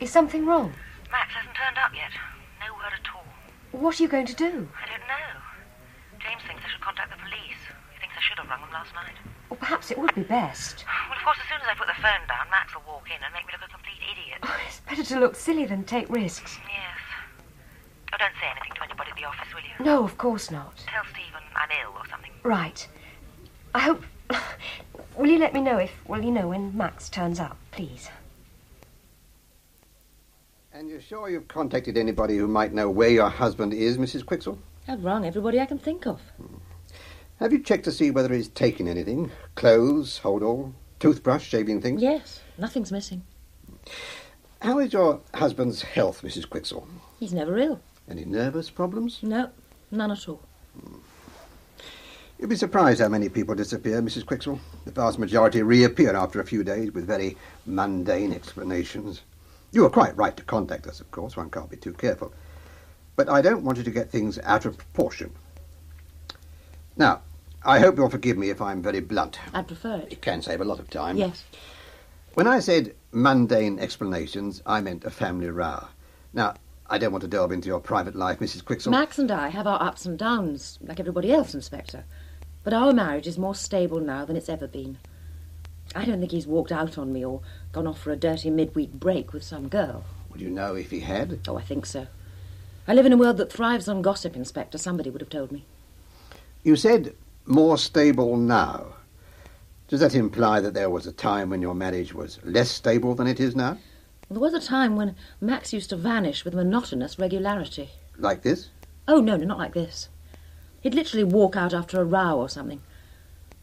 [SPEAKER 8] Is something wrong?
[SPEAKER 23] Max hasn't turned up yet. No word at all.
[SPEAKER 8] What are you going to do?
[SPEAKER 23] I don't know. James thinks I should contact the police. He thinks I should have rung them last night.
[SPEAKER 8] Or perhaps it would be best.
[SPEAKER 23] Well, of course, as soon as I put the phone down, Max will walk in and make me look a complete idiot.
[SPEAKER 3] Oh,
[SPEAKER 8] It's better to look silly than take risks.
[SPEAKER 23] Yes. Oh, don't say anything to anybody at the office, will you?
[SPEAKER 8] No, of course not.
[SPEAKER 23] Tell Stephen I'm ill or something.
[SPEAKER 8] Right. I hope. Will you let me know if. Well, you know when Max turns up, please.
[SPEAKER 5] And you're sure you've contacted anybody who might know where your husband is, Mrs. Quixel?
[SPEAKER 3] I've rung everybody I can think of.
[SPEAKER 5] Have you checked to see whether he's taken anything? Clothes, hold all, toothbrush, shaving things?
[SPEAKER 3] Yes, nothing's missing.
[SPEAKER 5] How is your husband's health, Mrs. Quixel?
[SPEAKER 3] He's never ill.
[SPEAKER 5] Any nervous problems?
[SPEAKER 3] No, none at all.
[SPEAKER 5] You'd be surprised how many people disappear, Mrs. Quixel. The vast majority reappear after a few days with very mundane explanations. You are quite right to contact us, of course. One can't be too careful. But I don't want you to get things out of proportion. Now, I hope you'll forgive me if I'm very blunt.
[SPEAKER 3] I'd prefer it.
[SPEAKER 5] It can save a lot of time.
[SPEAKER 3] Yes.
[SPEAKER 5] When I said mundane explanations, I meant a family row. Now, I don't want to delve into your private life, Mrs. Quixel.
[SPEAKER 3] Max and I have our ups and downs, like everybody else, Inspector. But our marriage is more stable now than it's ever been. I don't think he's walked out on me or gone off for a dirty midweek break with some girl.
[SPEAKER 5] Would you know if he had?
[SPEAKER 3] Oh, I think so. I live in a world that thrives on gossip, Inspector. Somebody would have told me.
[SPEAKER 5] You said more stable now. Does that imply that there was a time when your marriage was less stable than it is now?
[SPEAKER 3] There was a time when Max used to vanish with monotonous regularity.
[SPEAKER 5] Like this?
[SPEAKER 3] Oh, no, no, not like this. He'd literally walk out after a row or something.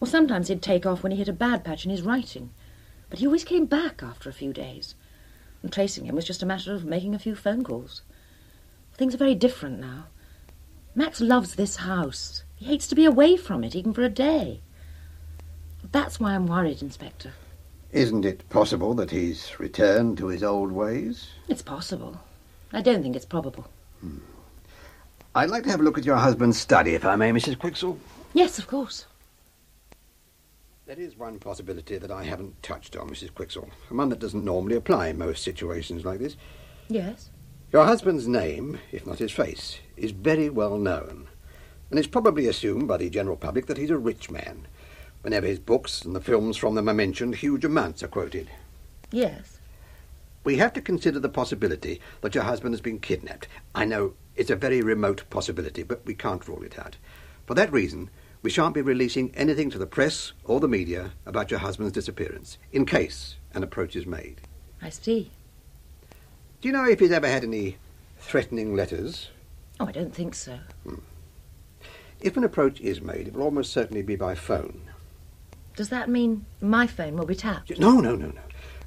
[SPEAKER 3] Or sometimes he'd take off when he hit a bad patch in his writing. But he always came back after a few days. And tracing him was just a matter of making a few phone calls. Things are very different now. Max loves this house. He hates to be away from it, even for a day. That's why I'm worried, Inspector.
[SPEAKER 5] Isn't it possible that he's returned to his old ways?
[SPEAKER 3] It's possible. I don't think it's probable.
[SPEAKER 5] I'd like to have a look at your husband's study, if I may, Mrs. Quixel.
[SPEAKER 3] Yes, of course.
[SPEAKER 5] There is one possibility that I haven't touched on, Mrs. Quixel, and one that doesn't normally apply in most situations like this.
[SPEAKER 3] Yes.
[SPEAKER 5] Your husband's name, if not his face, is very well known, and it's probably assumed by the general public that he's a rich man. Whenever his books and the films from them are mentioned, huge amounts are quoted.
[SPEAKER 3] Yes.
[SPEAKER 5] We have to consider the possibility that your husband has been kidnapped. I know it's a very remote possibility, but we can't rule it out. For that reason, we shan't be releasing anything to the press or the media about your husband's disappearance, in case an approach is made.
[SPEAKER 3] I see.
[SPEAKER 5] Do you know if he's ever had any threatening letters?
[SPEAKER 3] Oh, I don't think so.
[SPEAKER 5] If an approach is made, it will almost certainly be by phone.
[SPEAKER 3] Does that mean my phone will be tapped?
[SPEAKER 5] No, no, no, no.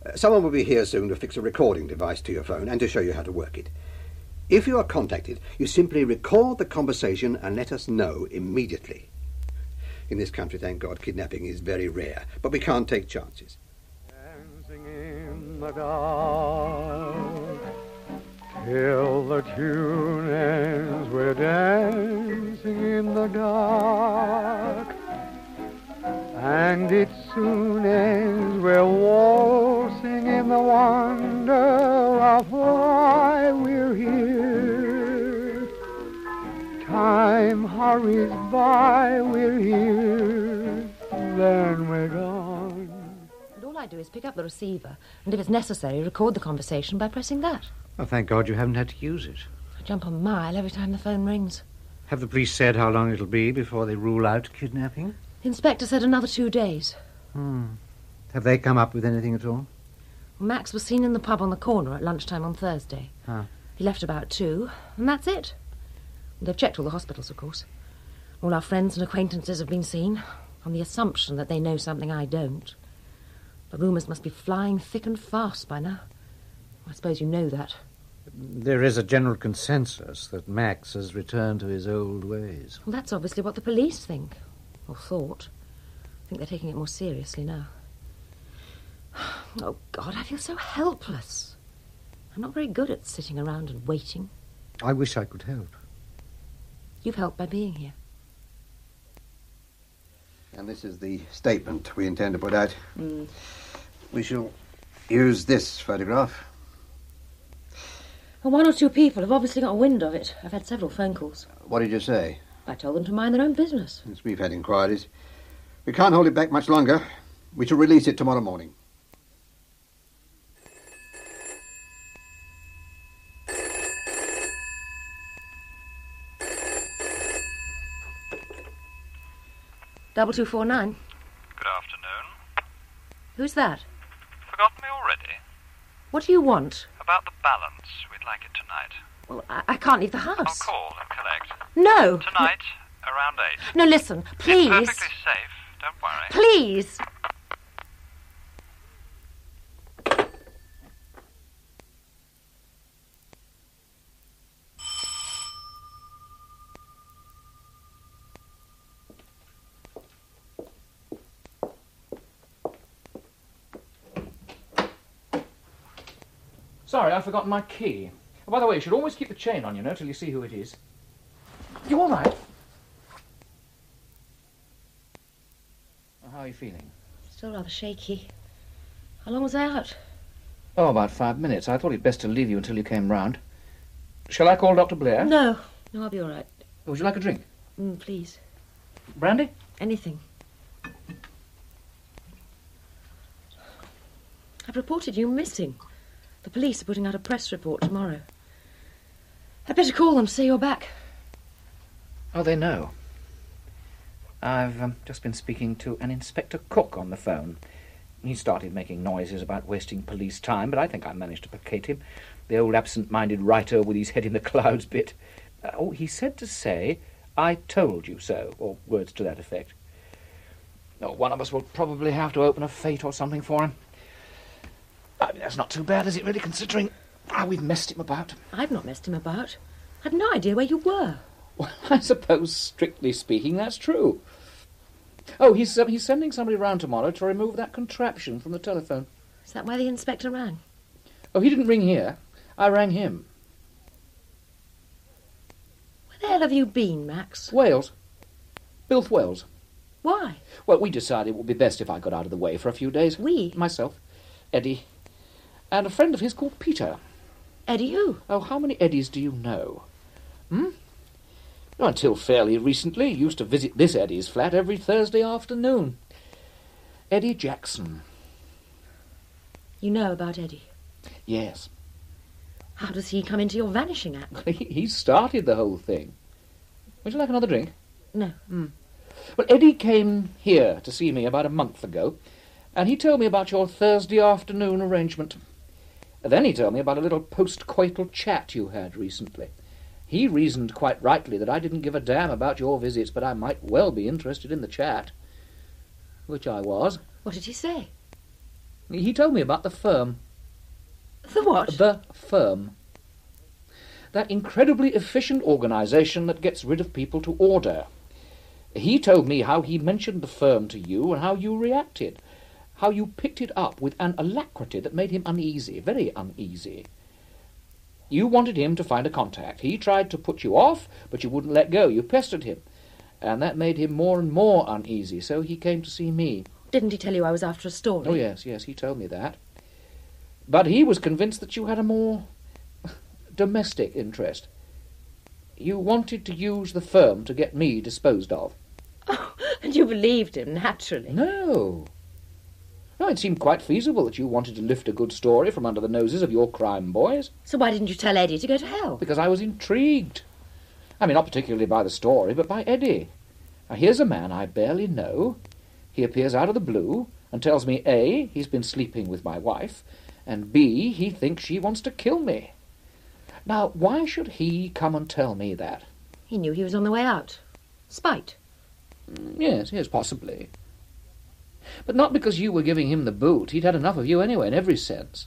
[SPEAKER 5] Uh, someone will be here soon to fix a recording device to your phone and to show you how to work it. If you are contacted, you simply record the conversation and let us know immediately. In this country, thank God, kidnapping is very rare, but we can't take chances.
[SPEAKER 2] in the gown. Till the tune ends, we're dancing in the dark. And it soon ends, we're waltzing in the wonder of why we're here. Time hurries by, we're here, then we're gone.
[SPEAKER 3] And all I do is pick up the receiver and, if it's necessary, record the conversation by pressing that.
[SPEAKER 11] Well, thank God you haven't had to use it.
[SPEAKER 3] I jump a mile every time the phone rings.
[SPEAKER 11] Have the police said how long it'll be before they rule out kidnapping?
[SPEAKER 3] The inspector said another two days.
[SPEAKER 11] Hmm. Have they come up with anything at all?
[SPEAKER 3] Max was seen in the pub on the corner at lunchtime on Thursday.
[SPEAKER 11] Ah.
[SPEAKER 3] He left about two, and that's it. They've checked all the hospitals, of course. All our friends and acquaintances have been seen, on the assumption that they know something I don't. The rumours must be flying thick and fast by now. I suppose you know that.
[SPEAKER 11] There is a general consensus that Max has returned to his old ways.
[SPEAKER 3] Well, that's obviously what the police think, or thought. I think they're taking it more seriously now. Oh, God, I feel so helpless. I'm not very good at sitting around and waiting.
[SPEAKER 11] I wish I could help.
[SPEAKER 3] You've helped by being here.
[SPEAKER 5] And this is the statement we intend to put out. We shall use this photograph.
[SPEAKER 24] Well, one or two people have obviously got wind of it. I've had several phone calls.
[SPEAKER 5] What did you say?
[SPEAKER 24] I told them to mind their own business.
[SPEAKER 5] Since we've had inquiries, we can't hold it back much longer. We shall release it tomorrow morning.
[SPEAKER 3] Double two four nine.
[SPEAKER 1] Good afternoon.
[SPEAKER 3] Who's that?
[SPEAKER 1] Forgotten me already?
[SPEAKER 3] What do you want?
[SPEAKER 1] About the balance. We'd like it tonight.
[SPEAKER 3] Well, I, I can't leave the
[SPEAKER 1] I'll
[SPEAKER 3] house.
[SPEAKER 1] call and collect.
[SPEAKER 3] No.
[SPEAKER 1] Tonight, around 8.
[SPEAKER 3] No, listen, please.
[SPEAKER 1] It's perfectly safe. Don't worry.
[SPEAKER 3] Please.
[SPEAKER 25] Sorry, I've forgotten my key. Oh, by the way, you should always keep the chain on, you know, till you see who it is. You all right? How are you feeling?
[SPEAKER 24] Still rather shaky. How long was I out?
[SPEAKER 4] Oh, about five minutes. I thought it best to leave you until you came round. Shall I call Dr. Blair?
[SPEAKER 24] No. No, I'll be all right.
[SPEAKER 4] Would you like a drink?
[SPEAKER 24] Mm, please.
[SPEAKER 4] Brandy?
[SPEAKER 24] Anything. I've reported you missing. The police are putting out a press report tomorrow. I'd better call them, say you're back.
[SPEAKER 4] Oh, they know. I've um, just been speaking to an Inspector Cook on the phone. He started making noises about wasting police time, but I think I managed to placate him. The old absent minded writer with his head in the clouds bit. Uh, oh, he said to say, I told you so, or words to that effect. Oh, one of us will probably have to open a fate or something for him. I mean, that's not too bad, is it, really, considering how Ah, we've messed him about?
[SPEAKER 24] I've not messed him about. I'd no idea where you were.
[SPEAKER 4] I suppose, strictly speaking, that's true. Oh, he's, uh, he's sending somebody round tomorrow to remove that contraption from the telephone.
[SPEAKER 24] Is that why the inspector rang?
[SPEAKER 4] Oh, he didn't ring here. I rang him.
[SPEAKER 24] Where the hell have you been, Max?
[SPEAKER 4] Wales. Bilth Wales.
[SPEAKER 24] Why?
[SPEAKER 4] Well, we decided it would be best if I got out of the way for a few days.
[SPEAKER 24] We?
[SPEAKER 4] Myself, Eddie, and a friend of his called Peter.
[SPEAKER 24] Eddie who?
[SPEAKER 4] Oh, how many Eddies do you know? Hmm? Well, Until fairly recently, used to visit this Eddie's flat every Thursday afternoon. Eddie Jackson.
[SPEAKER 24] You know about Eddie.
[SPEAKER 4] Yes.
[SPEAKER 24] How does he come into your vanishing act?
[SPEAKER 4] he started the whole thing. Would you like another drink?
[SPEAKER 24] No.
[SPEAKER 4] Hmm. Well, Eddie came here to see me about a month ago, and he told me about your Thursday afternoon arrangement. Then he told me about a little post-coital chat you had recently. He reasoned quite rightly that I didn't give a damn about your visits, but I might well be interested in the chat. Which I was.
[SPEAKER 24] What did he say?
[SPEAKER 4] He told me about the firm.
[SPEAKER 24] The what?
[SPEAKER 4] The firm. That incredibly efficient organisation that gets rid of people to order. He told me how he mentioned the firm to you and how you reacted. how you picked it up with an alacrity that made him uneasy, very uneasy. You wanted him to find a contact. He tried to put you off, but you wouldn't let go. You pestered him. And that made him more and more uneasy, so he came to see me.
[SPEAKER 3] Didn't he tell you I was after a story?
[SPEAKER 4] Oh, yes, yes, he told me that. But he was convinced that you had a more domestic interest. You wanted to use the firm to get me disposed of.
[SPEAKER 3] And you believed him, naturally.
[SPEAKER 4] No. No, it seemed quite feasible that you wanted to lift a good story from under the noses of your crime boys.
[SPEAKER 3] So why didn't you tell Eddie to go to hell?
[SPEAKER 4] Because I was intrigued. I mean, not particularly by the story, but by Eddie. Now, here's a man I barely know. He appears out of the blue and tells me A, he's been sleeping with my wife, and B, he thinks she wants to kill me. Now, why should he come and tell me that?
[SPEAKER 3] He knew he was on the way out. Spite.
[SPEAKER 4] Yes, yes, possibly. But not because you were giving him the boot. He'd had enough of you anyway, in every sense.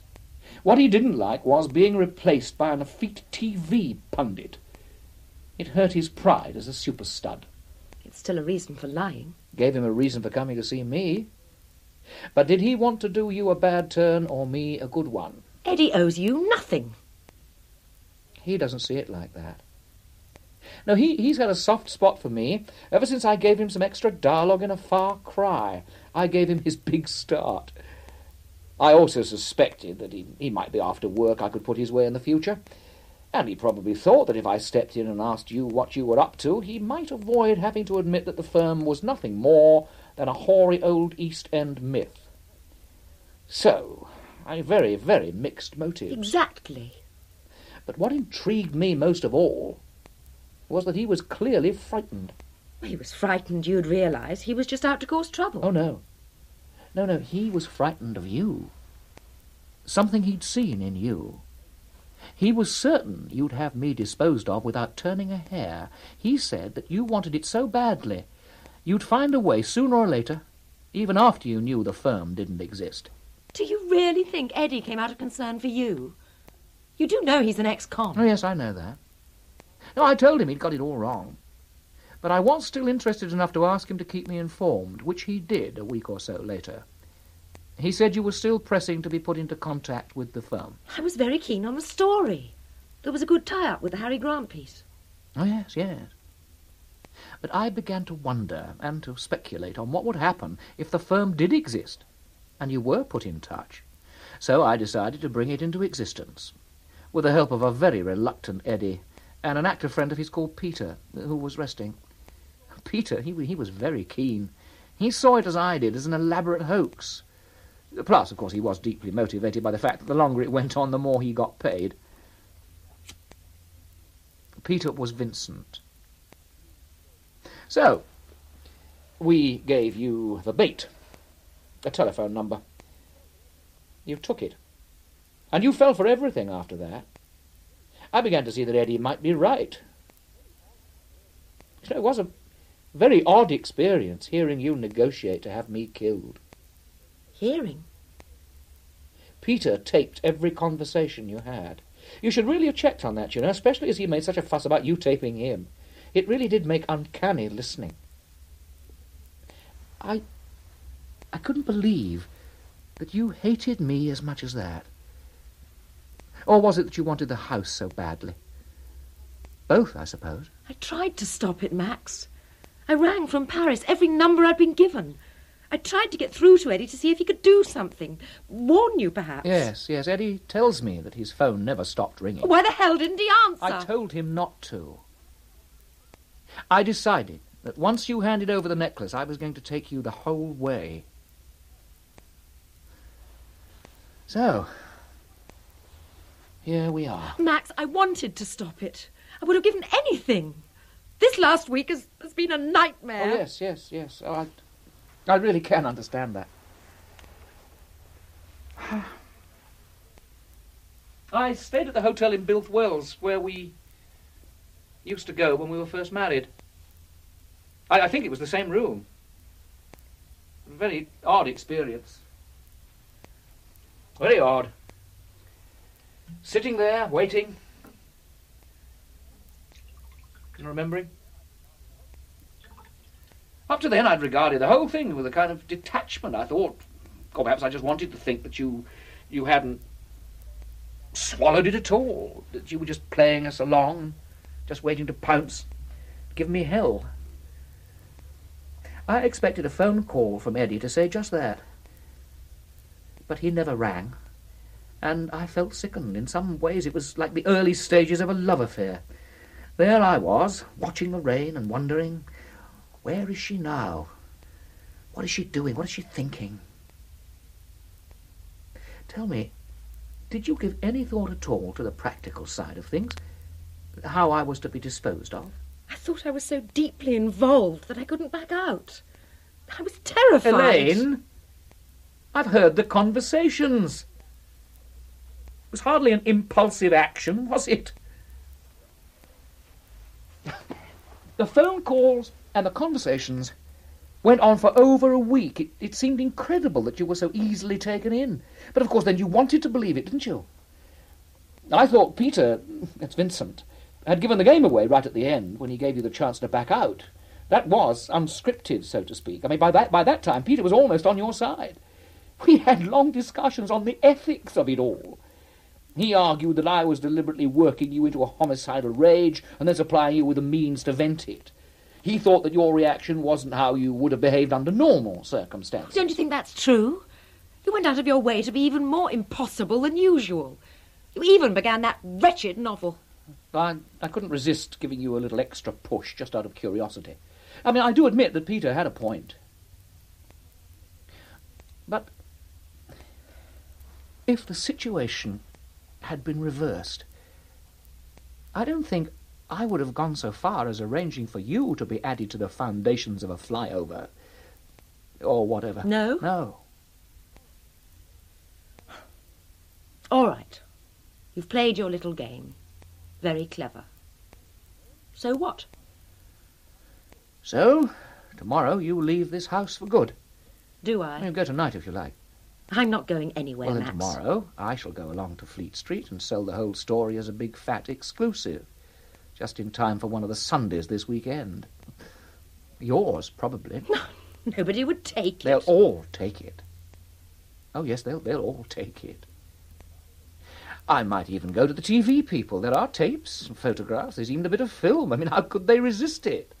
[SPEAKER 4] What he didn't like was being replaced by an effete TV pundit. It hurt his pride as a super stud.
[SPEAKER 3] It's still a reason for lying.
[SPEAKER 4] Gave him a reason for coming to see me. But did he want to do you a bad turn or me a good one?
[SPEAKER 3] Eddie owes you nothing.
[SPEAKER 4] He doesn't see it like that. No, he, he's had a soft spot for me ever since I gave him some extra dialogue in A Far Cry. I gave him his big start. I also suspected that he, he might be after work I could put his way in the future, and he probably thought that if I stepped in and asked you what you were up to, he might avoid having to admit that the firm was nothing more than a hoary old East End myth. So, I very, very mixed motives.
[SPEAKER 3] Exactly.
[SPEAKER 4] But what intrigued me most of all was that he was clearly frightened.
[SPEAKER 3] He was frightened you'd realise he was just out to cause trouble.
[SPEAKER 4] Oh, no. No, no, he was frightened of you. Something he'd seen in you. He was certain you'd have me disposed of without turning a hair. He said that you wanted it so badly. You'd find a way sooner or later, even after you knew the firm didn't exist.
[SPEAKER 3] Do you really think Eddie came out of concern for you? You do know he's an ex-con.
[SPEAKER 4] Oh, yes, I know that. No, I told him he'd got it all wrong. But I was still interested enough to ask him to keep me informed, which he did a week or so later. He said you were still pressing to be put into contact with the firm.
[SPEAKER 3] I was very keen on the story. There was a good tie-up with the Harry Grant piece.
[SPEAKER 4] Oh, yes, yes. But I began to wonder and to speculate on what would happen if the firm did exist and you were put in touch. So I decided to bring it into existence with the help of a very reluctant Eddie and an actor friend of his called Peter, who was resting. Peter, he, he was very keen. He saw it as I did, as an elaborate hoax. Plus, of course, he was deeply motivated by the fact that the longer it went on, the more he got paid. Peter was Vincent. So, we gave you the bait, a telephone number. You took it. And you fell for everything after that. I began to see that Eddie might be right. You know, it was a very odd experience hearing you negotiate to have me killed.
[SPEAKER 3] Hearing?
[SPEAKER 4] Peter taped every conversation you had. You should really have checked on that, you know, especially as he made such a fuss about you taping him. It really did make uncanny listening. I. I couldn't believe that you hated me as much as that. Or was it that you wanted the house so badly? Both, I suppose.
[SPEAKER 3] I tried to stop it, Max. I rang from Paris every number I'd been given. I tried to get through to Eddie to see if he could do something. Warn you, perhaps.
[SPEAKER 4] Yes, yes. Eddie tells me that his phone never stopped ringing.
[SPEAKER 3] Why the hell didn't he answer?
[SPEAKER 4] I told him not to. I decided that once you handed over the necklace, I was going to take you the whole way. So, here we are.
[SPEAKER 3] Max, I wanted to stop it. I would have given anything. This last week has, has been a nightmare.
[SPEAKER 4] Oh, yes, yes, yes. Oh, I, I really can understand that. I stayed at the hotel in Bilth Wells where we used to go when we were first married. I, I think it was the same room. Very odd experience. Very odd sitting there waiting and remembering. Up to then, I'd regarded the whole thing with a kind of detachment. I thought Or perhaps I just wanted to think that you, you hadn't swallowed it at all. That you were just playing us along, just waiting to pounce, give me hell. I expected a phone call from Eddie to say just that. But he never rang, and I felt sickened. In some ways, it was like the early stages of a love affair. There I was, watching the rain and wondering, where is she now? What is she doing? What is she thinking? Tell me, did you give any thought at all to the practical side of things? How I was to be disposed of?
[SPEAKER 18] I thought I was so deeply involved that I couldn't back out. I was terrified.
[SPEAKER 4] Elaine, I've heard the conversations. It was hardly an impulsive action, was it? the phone calls and the conversations went on for over a week. It, it seemed incredible that you were so easily taken in. But of course, then you wanted to believe it, didn't you? I thought Peter, that's Vincent, had given the game away right at the end when he gave you the chance to back out. That was unscripted, so to speak. I mean, by that, by that time, Peter was almost on your side. We had long discussions on the ethics of it all. He argued that I was deliberately working you into a homicidal rage and then supplying you with the means to vent it. He thought that your reaction wasn't how you would have behaved under normal circumstances.
[SPEAKER 9] Don't you think that's true? You went out of your way to be even more impossible than usual. You even began that wretched novel.
[SPEAKER 4] I, I couldn't resist giving you a little extra push just out of curiosity. I mean, I do admit that Peter had a point. But if the situation had been reversed, I don't think I would have gone so far as arranging for you to be added to the foundations of a flyover. Or whatever.
[SPEAKER 18] No?
[SPEAKER 4] No.
[SPEAKER 18] All right. You've played your little game. Very clever. So what?
[SPEAKER 4] So, tomorrow you leave this house for good.
[SPEAKER 18] Do I?
[SPEAKER 4] You go tonight if you like.
[SPEAKER 18] I'm not going anywhere,
[SPEAKER 4] well, then
[SPEAKER 18] Max.
[SPEAKER 4] tomorrow I shall go along to Fleet Street and sell the whole story as a big fat exclusive, just in time for one of the Sundays this weekend. Yours, probably.
[SPEAKER 18] Nobody would take
[SPEAKER 4] They'll all take it. Oh, yes, they'll, they'll all take it. I might even go to the TV people. There are tapes and photographs. There's even a bit of film. I mean, how could they resist it?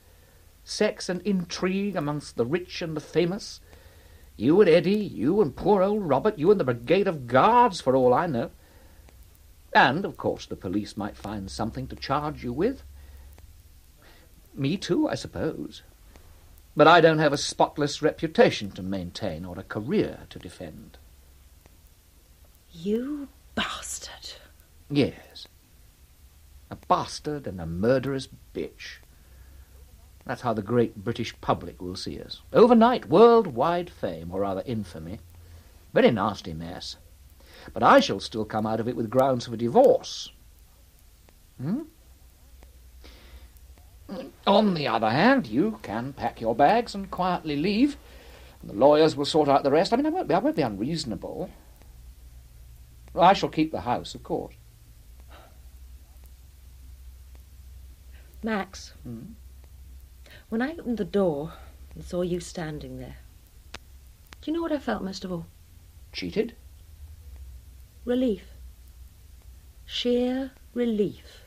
[SPEAKER 4] Sex and intrigue amongst the rich and the famous. You and Eddie, you and poor old Robert, you and the brigade of guards, for all I know. And, of course, the police might find something to charge you with. Me too, I suppose. But I don't have a spotless reputation to maintain or a career to defend.
[SPEAKER 18] You bastard.
[SPEAKER 4] Yes. A bastard and a murderous bitch. That's how the great British public will see us. Overnight, worldwide fame, or rather infamy. Very nasty mess. But I shall still come out of it with grounds for divorce. Hmm? On the other hand, you can pack your bags and quietly leave. The lawyers will sort out the rest. I mean, I won't be, I won't be unreasonable. Well, I shall keep the house, of course.
[SPEAKER 18] Max, when I opened the door and saw you standing there, do you know what I felt most of all?
[SPEAKER 4] Cheated?
[SPEAKER 18] Relief. Sheer relief.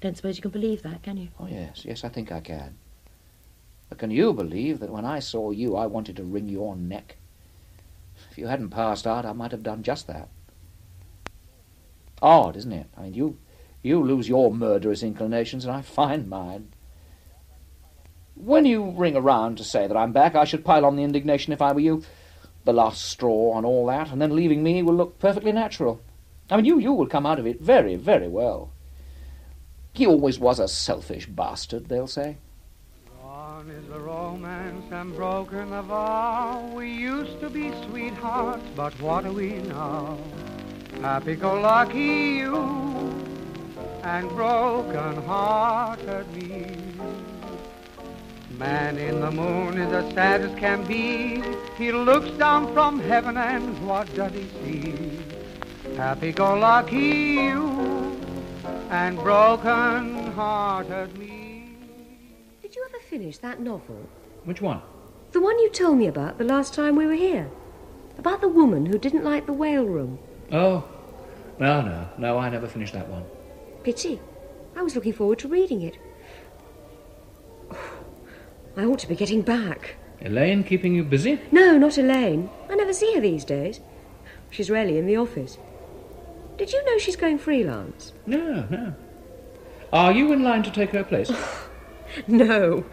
[SPEAKER 18] Don't suppose you can believe that, can you?
[SPEAKER 4] Oh, yes, yes, I think I can. But can you believe that when I saw you, I wanted to wring your neck? If you hadn't passed out, I might have done just that. Odd, isn't it? I mean, you, you lose your murderous inclinations, and I find mine. When you ring around to say that I'm back, I should pile on the indignation if I were you. The last straw and all that, and then leaving me will look perfectly natural. I mean, you, you will come out of it very, very well. He always was a selfish bastard, they'll say.
[SPEAKER 2] Gone is the romance and broken the vow. We used to be sweethearts, but what are we now? Happy go lucky you and broken hearted me. Man in the moon is as sad as can be. He looks down from heaven and what does he see? Happy go lucky you and broken hearted me.
[SPEAKER 8] Did you ever finish that novel?
[SPEAKER 4] Which one?
[SPEAKER 8] The one you told me about the last time we were here. About the woman who didn't like the whale room.
[SPEAKER 4] Oh, no, no, no, I never finished that one.
[SPEAKER 8] Pity. I was looking forward to reading it. I ought to be getting back.
[SPEAKER 4] Elaine keeping you busy?
[SPEAKER 8] No, not Elaine. I never see her these days. She's rarely in the office. Did you know she's going freelance?
[SPEAKER 4] No, no. Are you in line to take her place?
[SPEAKER 8] No.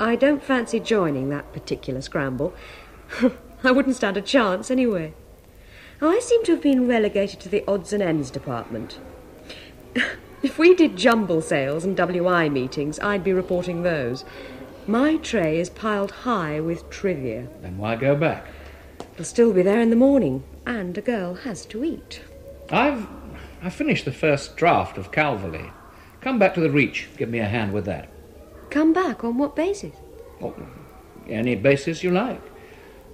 [SPEAKER 8] I don't fancy joining that particular scramble. I wouldn't stand a chance anyway. I seem to have been relegated to the odds and ends department. if we did jumble sales and WI meetings, I'd be reporting those. My tray is piled high with trivia.
[SPEAKER 4] then why go back?
[SPEAKER 8] It'll still be there in the morning, and a girl has to eat.
[SPEAKER 4] I've I finished the first draft of Calverley. Come back to the Reach. Give me a hand with that.
[SPEAKER 8] Come back on what basis?
[SPEAKER 4] Oh, any basis you like.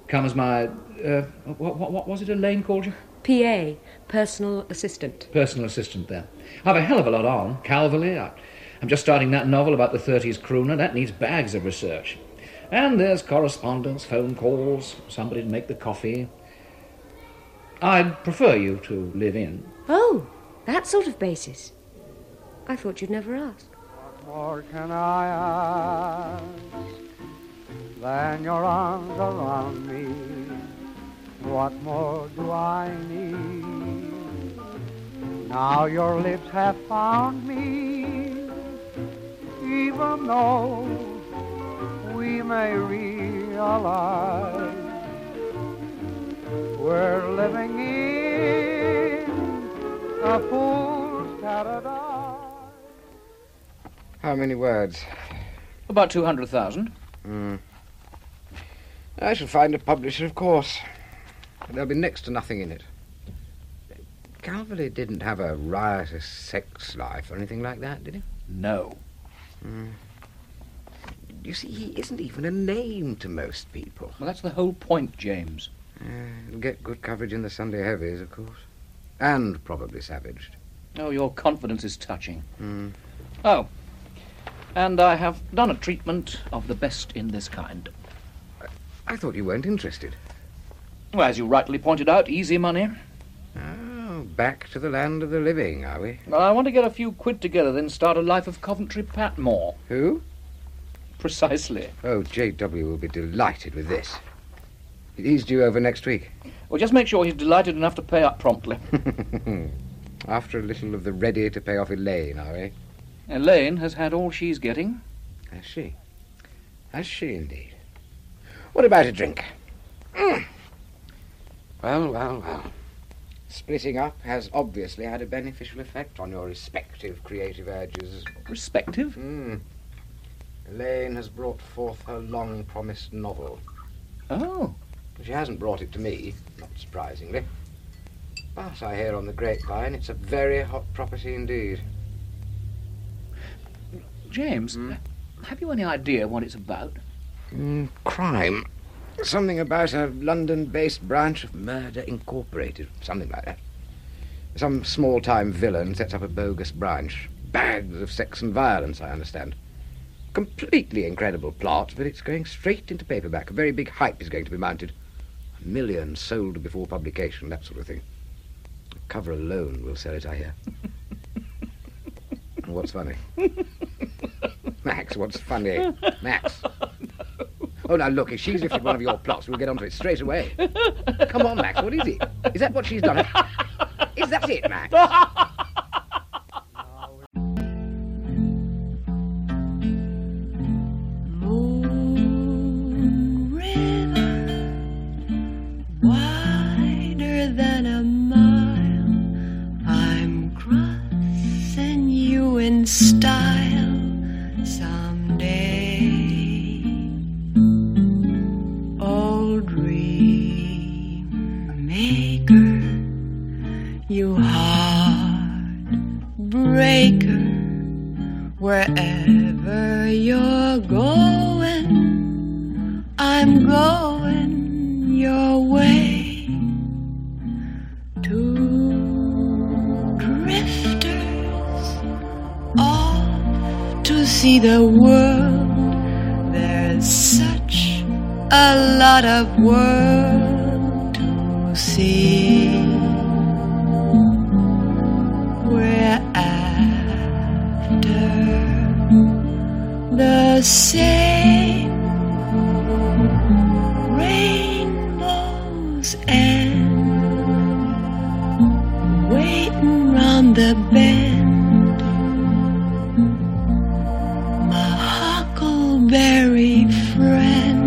[SPEAKER 4] Come as my uh, what, what, what was it Elaine called you?
[SPEAKER 8] PA, personal assistant.
[SPEAKER 4] Personal assistant there. I've a hell of a lot on. Calverley. I, I'm just starting that novel about the 30s crooner. That needs bags of research. And there's correspondence, phone calls, somebody to make the coffee. I'd prefer you to live in.
[SPEAKER 8] Oh, that sort of basis. I thought you'd never ask.
[SPEAKER 2] More can I ask than your arms around me? What more do I need? Now your lips have found me, even though we may realize we're living in a fool's paradise.
[SPEAKER 6] How many words?
[SPEAKER 4] About 200,000.
[SPEAKER 6] Hmm. I shall find a publisher, of course. But there'll be next to nothing in it. Calverley didn't have a riotous sex life or anything like that, did he? Hmm.
[SPEAKER 4] No.
[SPEAKER 6] You see, he isn't even a name to most people.
[SPEAKER 4] Well, that's the whole point, James.
[SPEAKER 6] it'll get good coverage in the Sunday heavies, of course. And probably savaged.
[SPEAKER 4] Oh, your confidence is touching. Oh, and I have done a treatment of the best in this kind.
[SPEAKER 6] I thought you weren't interested.
[SPEAKER 4] Well, as you rightly pointed out, easy money.
[SPEAKER 6] Oh, back to the land of the living, are we?
[SPEAKER 4] Well, I want to get a few quid together, then start a life of Coventry Patmore.
[SPEAKER 6] Who?
[SPEAKER 4] Precisely.
[SPEAKER 6] Oh, J.W. will be delighted with this. He's due over next week.
[SPEAKER 4] Well, just make sure he's delighted enough to pay up promptly.
[SPEAKER 6] After a little of the ready to pay off Elaine, are we?
[SPEAKER 4] Elaine has had all she's getting.
[SPEAKER 6] Has she? Has she indeed? What about a drink? Mm. Well, well, well. Splitting up has obviously had a beneficial effect on your respective creative urges.
[SPEAKER 4] Respective?
[SPEAKER 6] Mm. Elaine has brought forth her long promised novel.
[SPEAKER 4] Oh.
[SPEAKER 6] She hasn't brought it to me, not surprisingly. But I hear on the grapevine it's a very hot property indeed.
[SPEAKER 4] James,
[SPEAKER 6] Hmm?
[SPEAKER 4] have you any idea what it's about?
[SPEAKER 6] Mm, crime. Something about a London based branch of Murder Incorporated. Something like that. Some small time villain sets up a bogus branch. Bags of sex and violence, I understand. Completely incredible plot, but it's going straight into paperback. A very big hype is going to be mounted. A million sold before publication, that sort of thing. The cover alone will sell it, I hear. what's funny? Max, what's funny? Max. Oh, now look, if she's lifted one of your plots, we'll get onto it straight away. Come on, Max, what is it? Is that what she's done? Is that it, Max?
[SPEAKER 26] wider than a mile. I'm crossing you in style someday. Oh, dream maker, you heart breaker, wherever you're going, I'm going your way. off to see the world. There's such a lot of world to see. We're after the same rainbows and waiting round the bend. My huckleberry friend,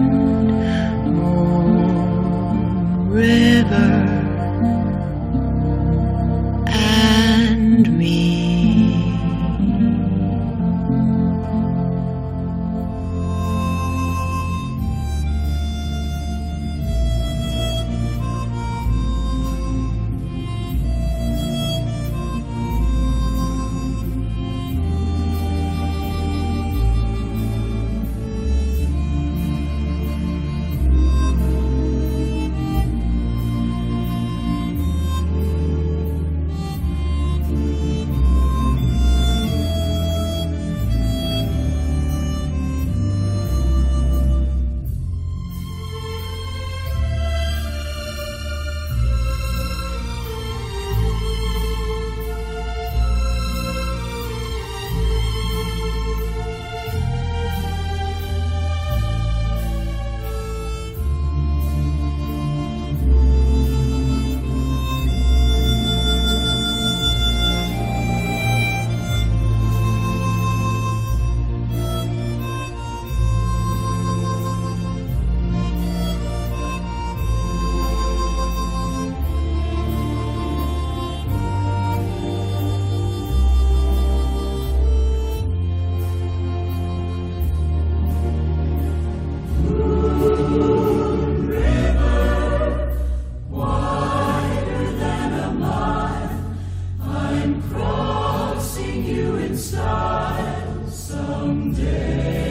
[SPEAKER 26] Moon River, and me.
[SPEAKER 10] I'm crossing you in style someday.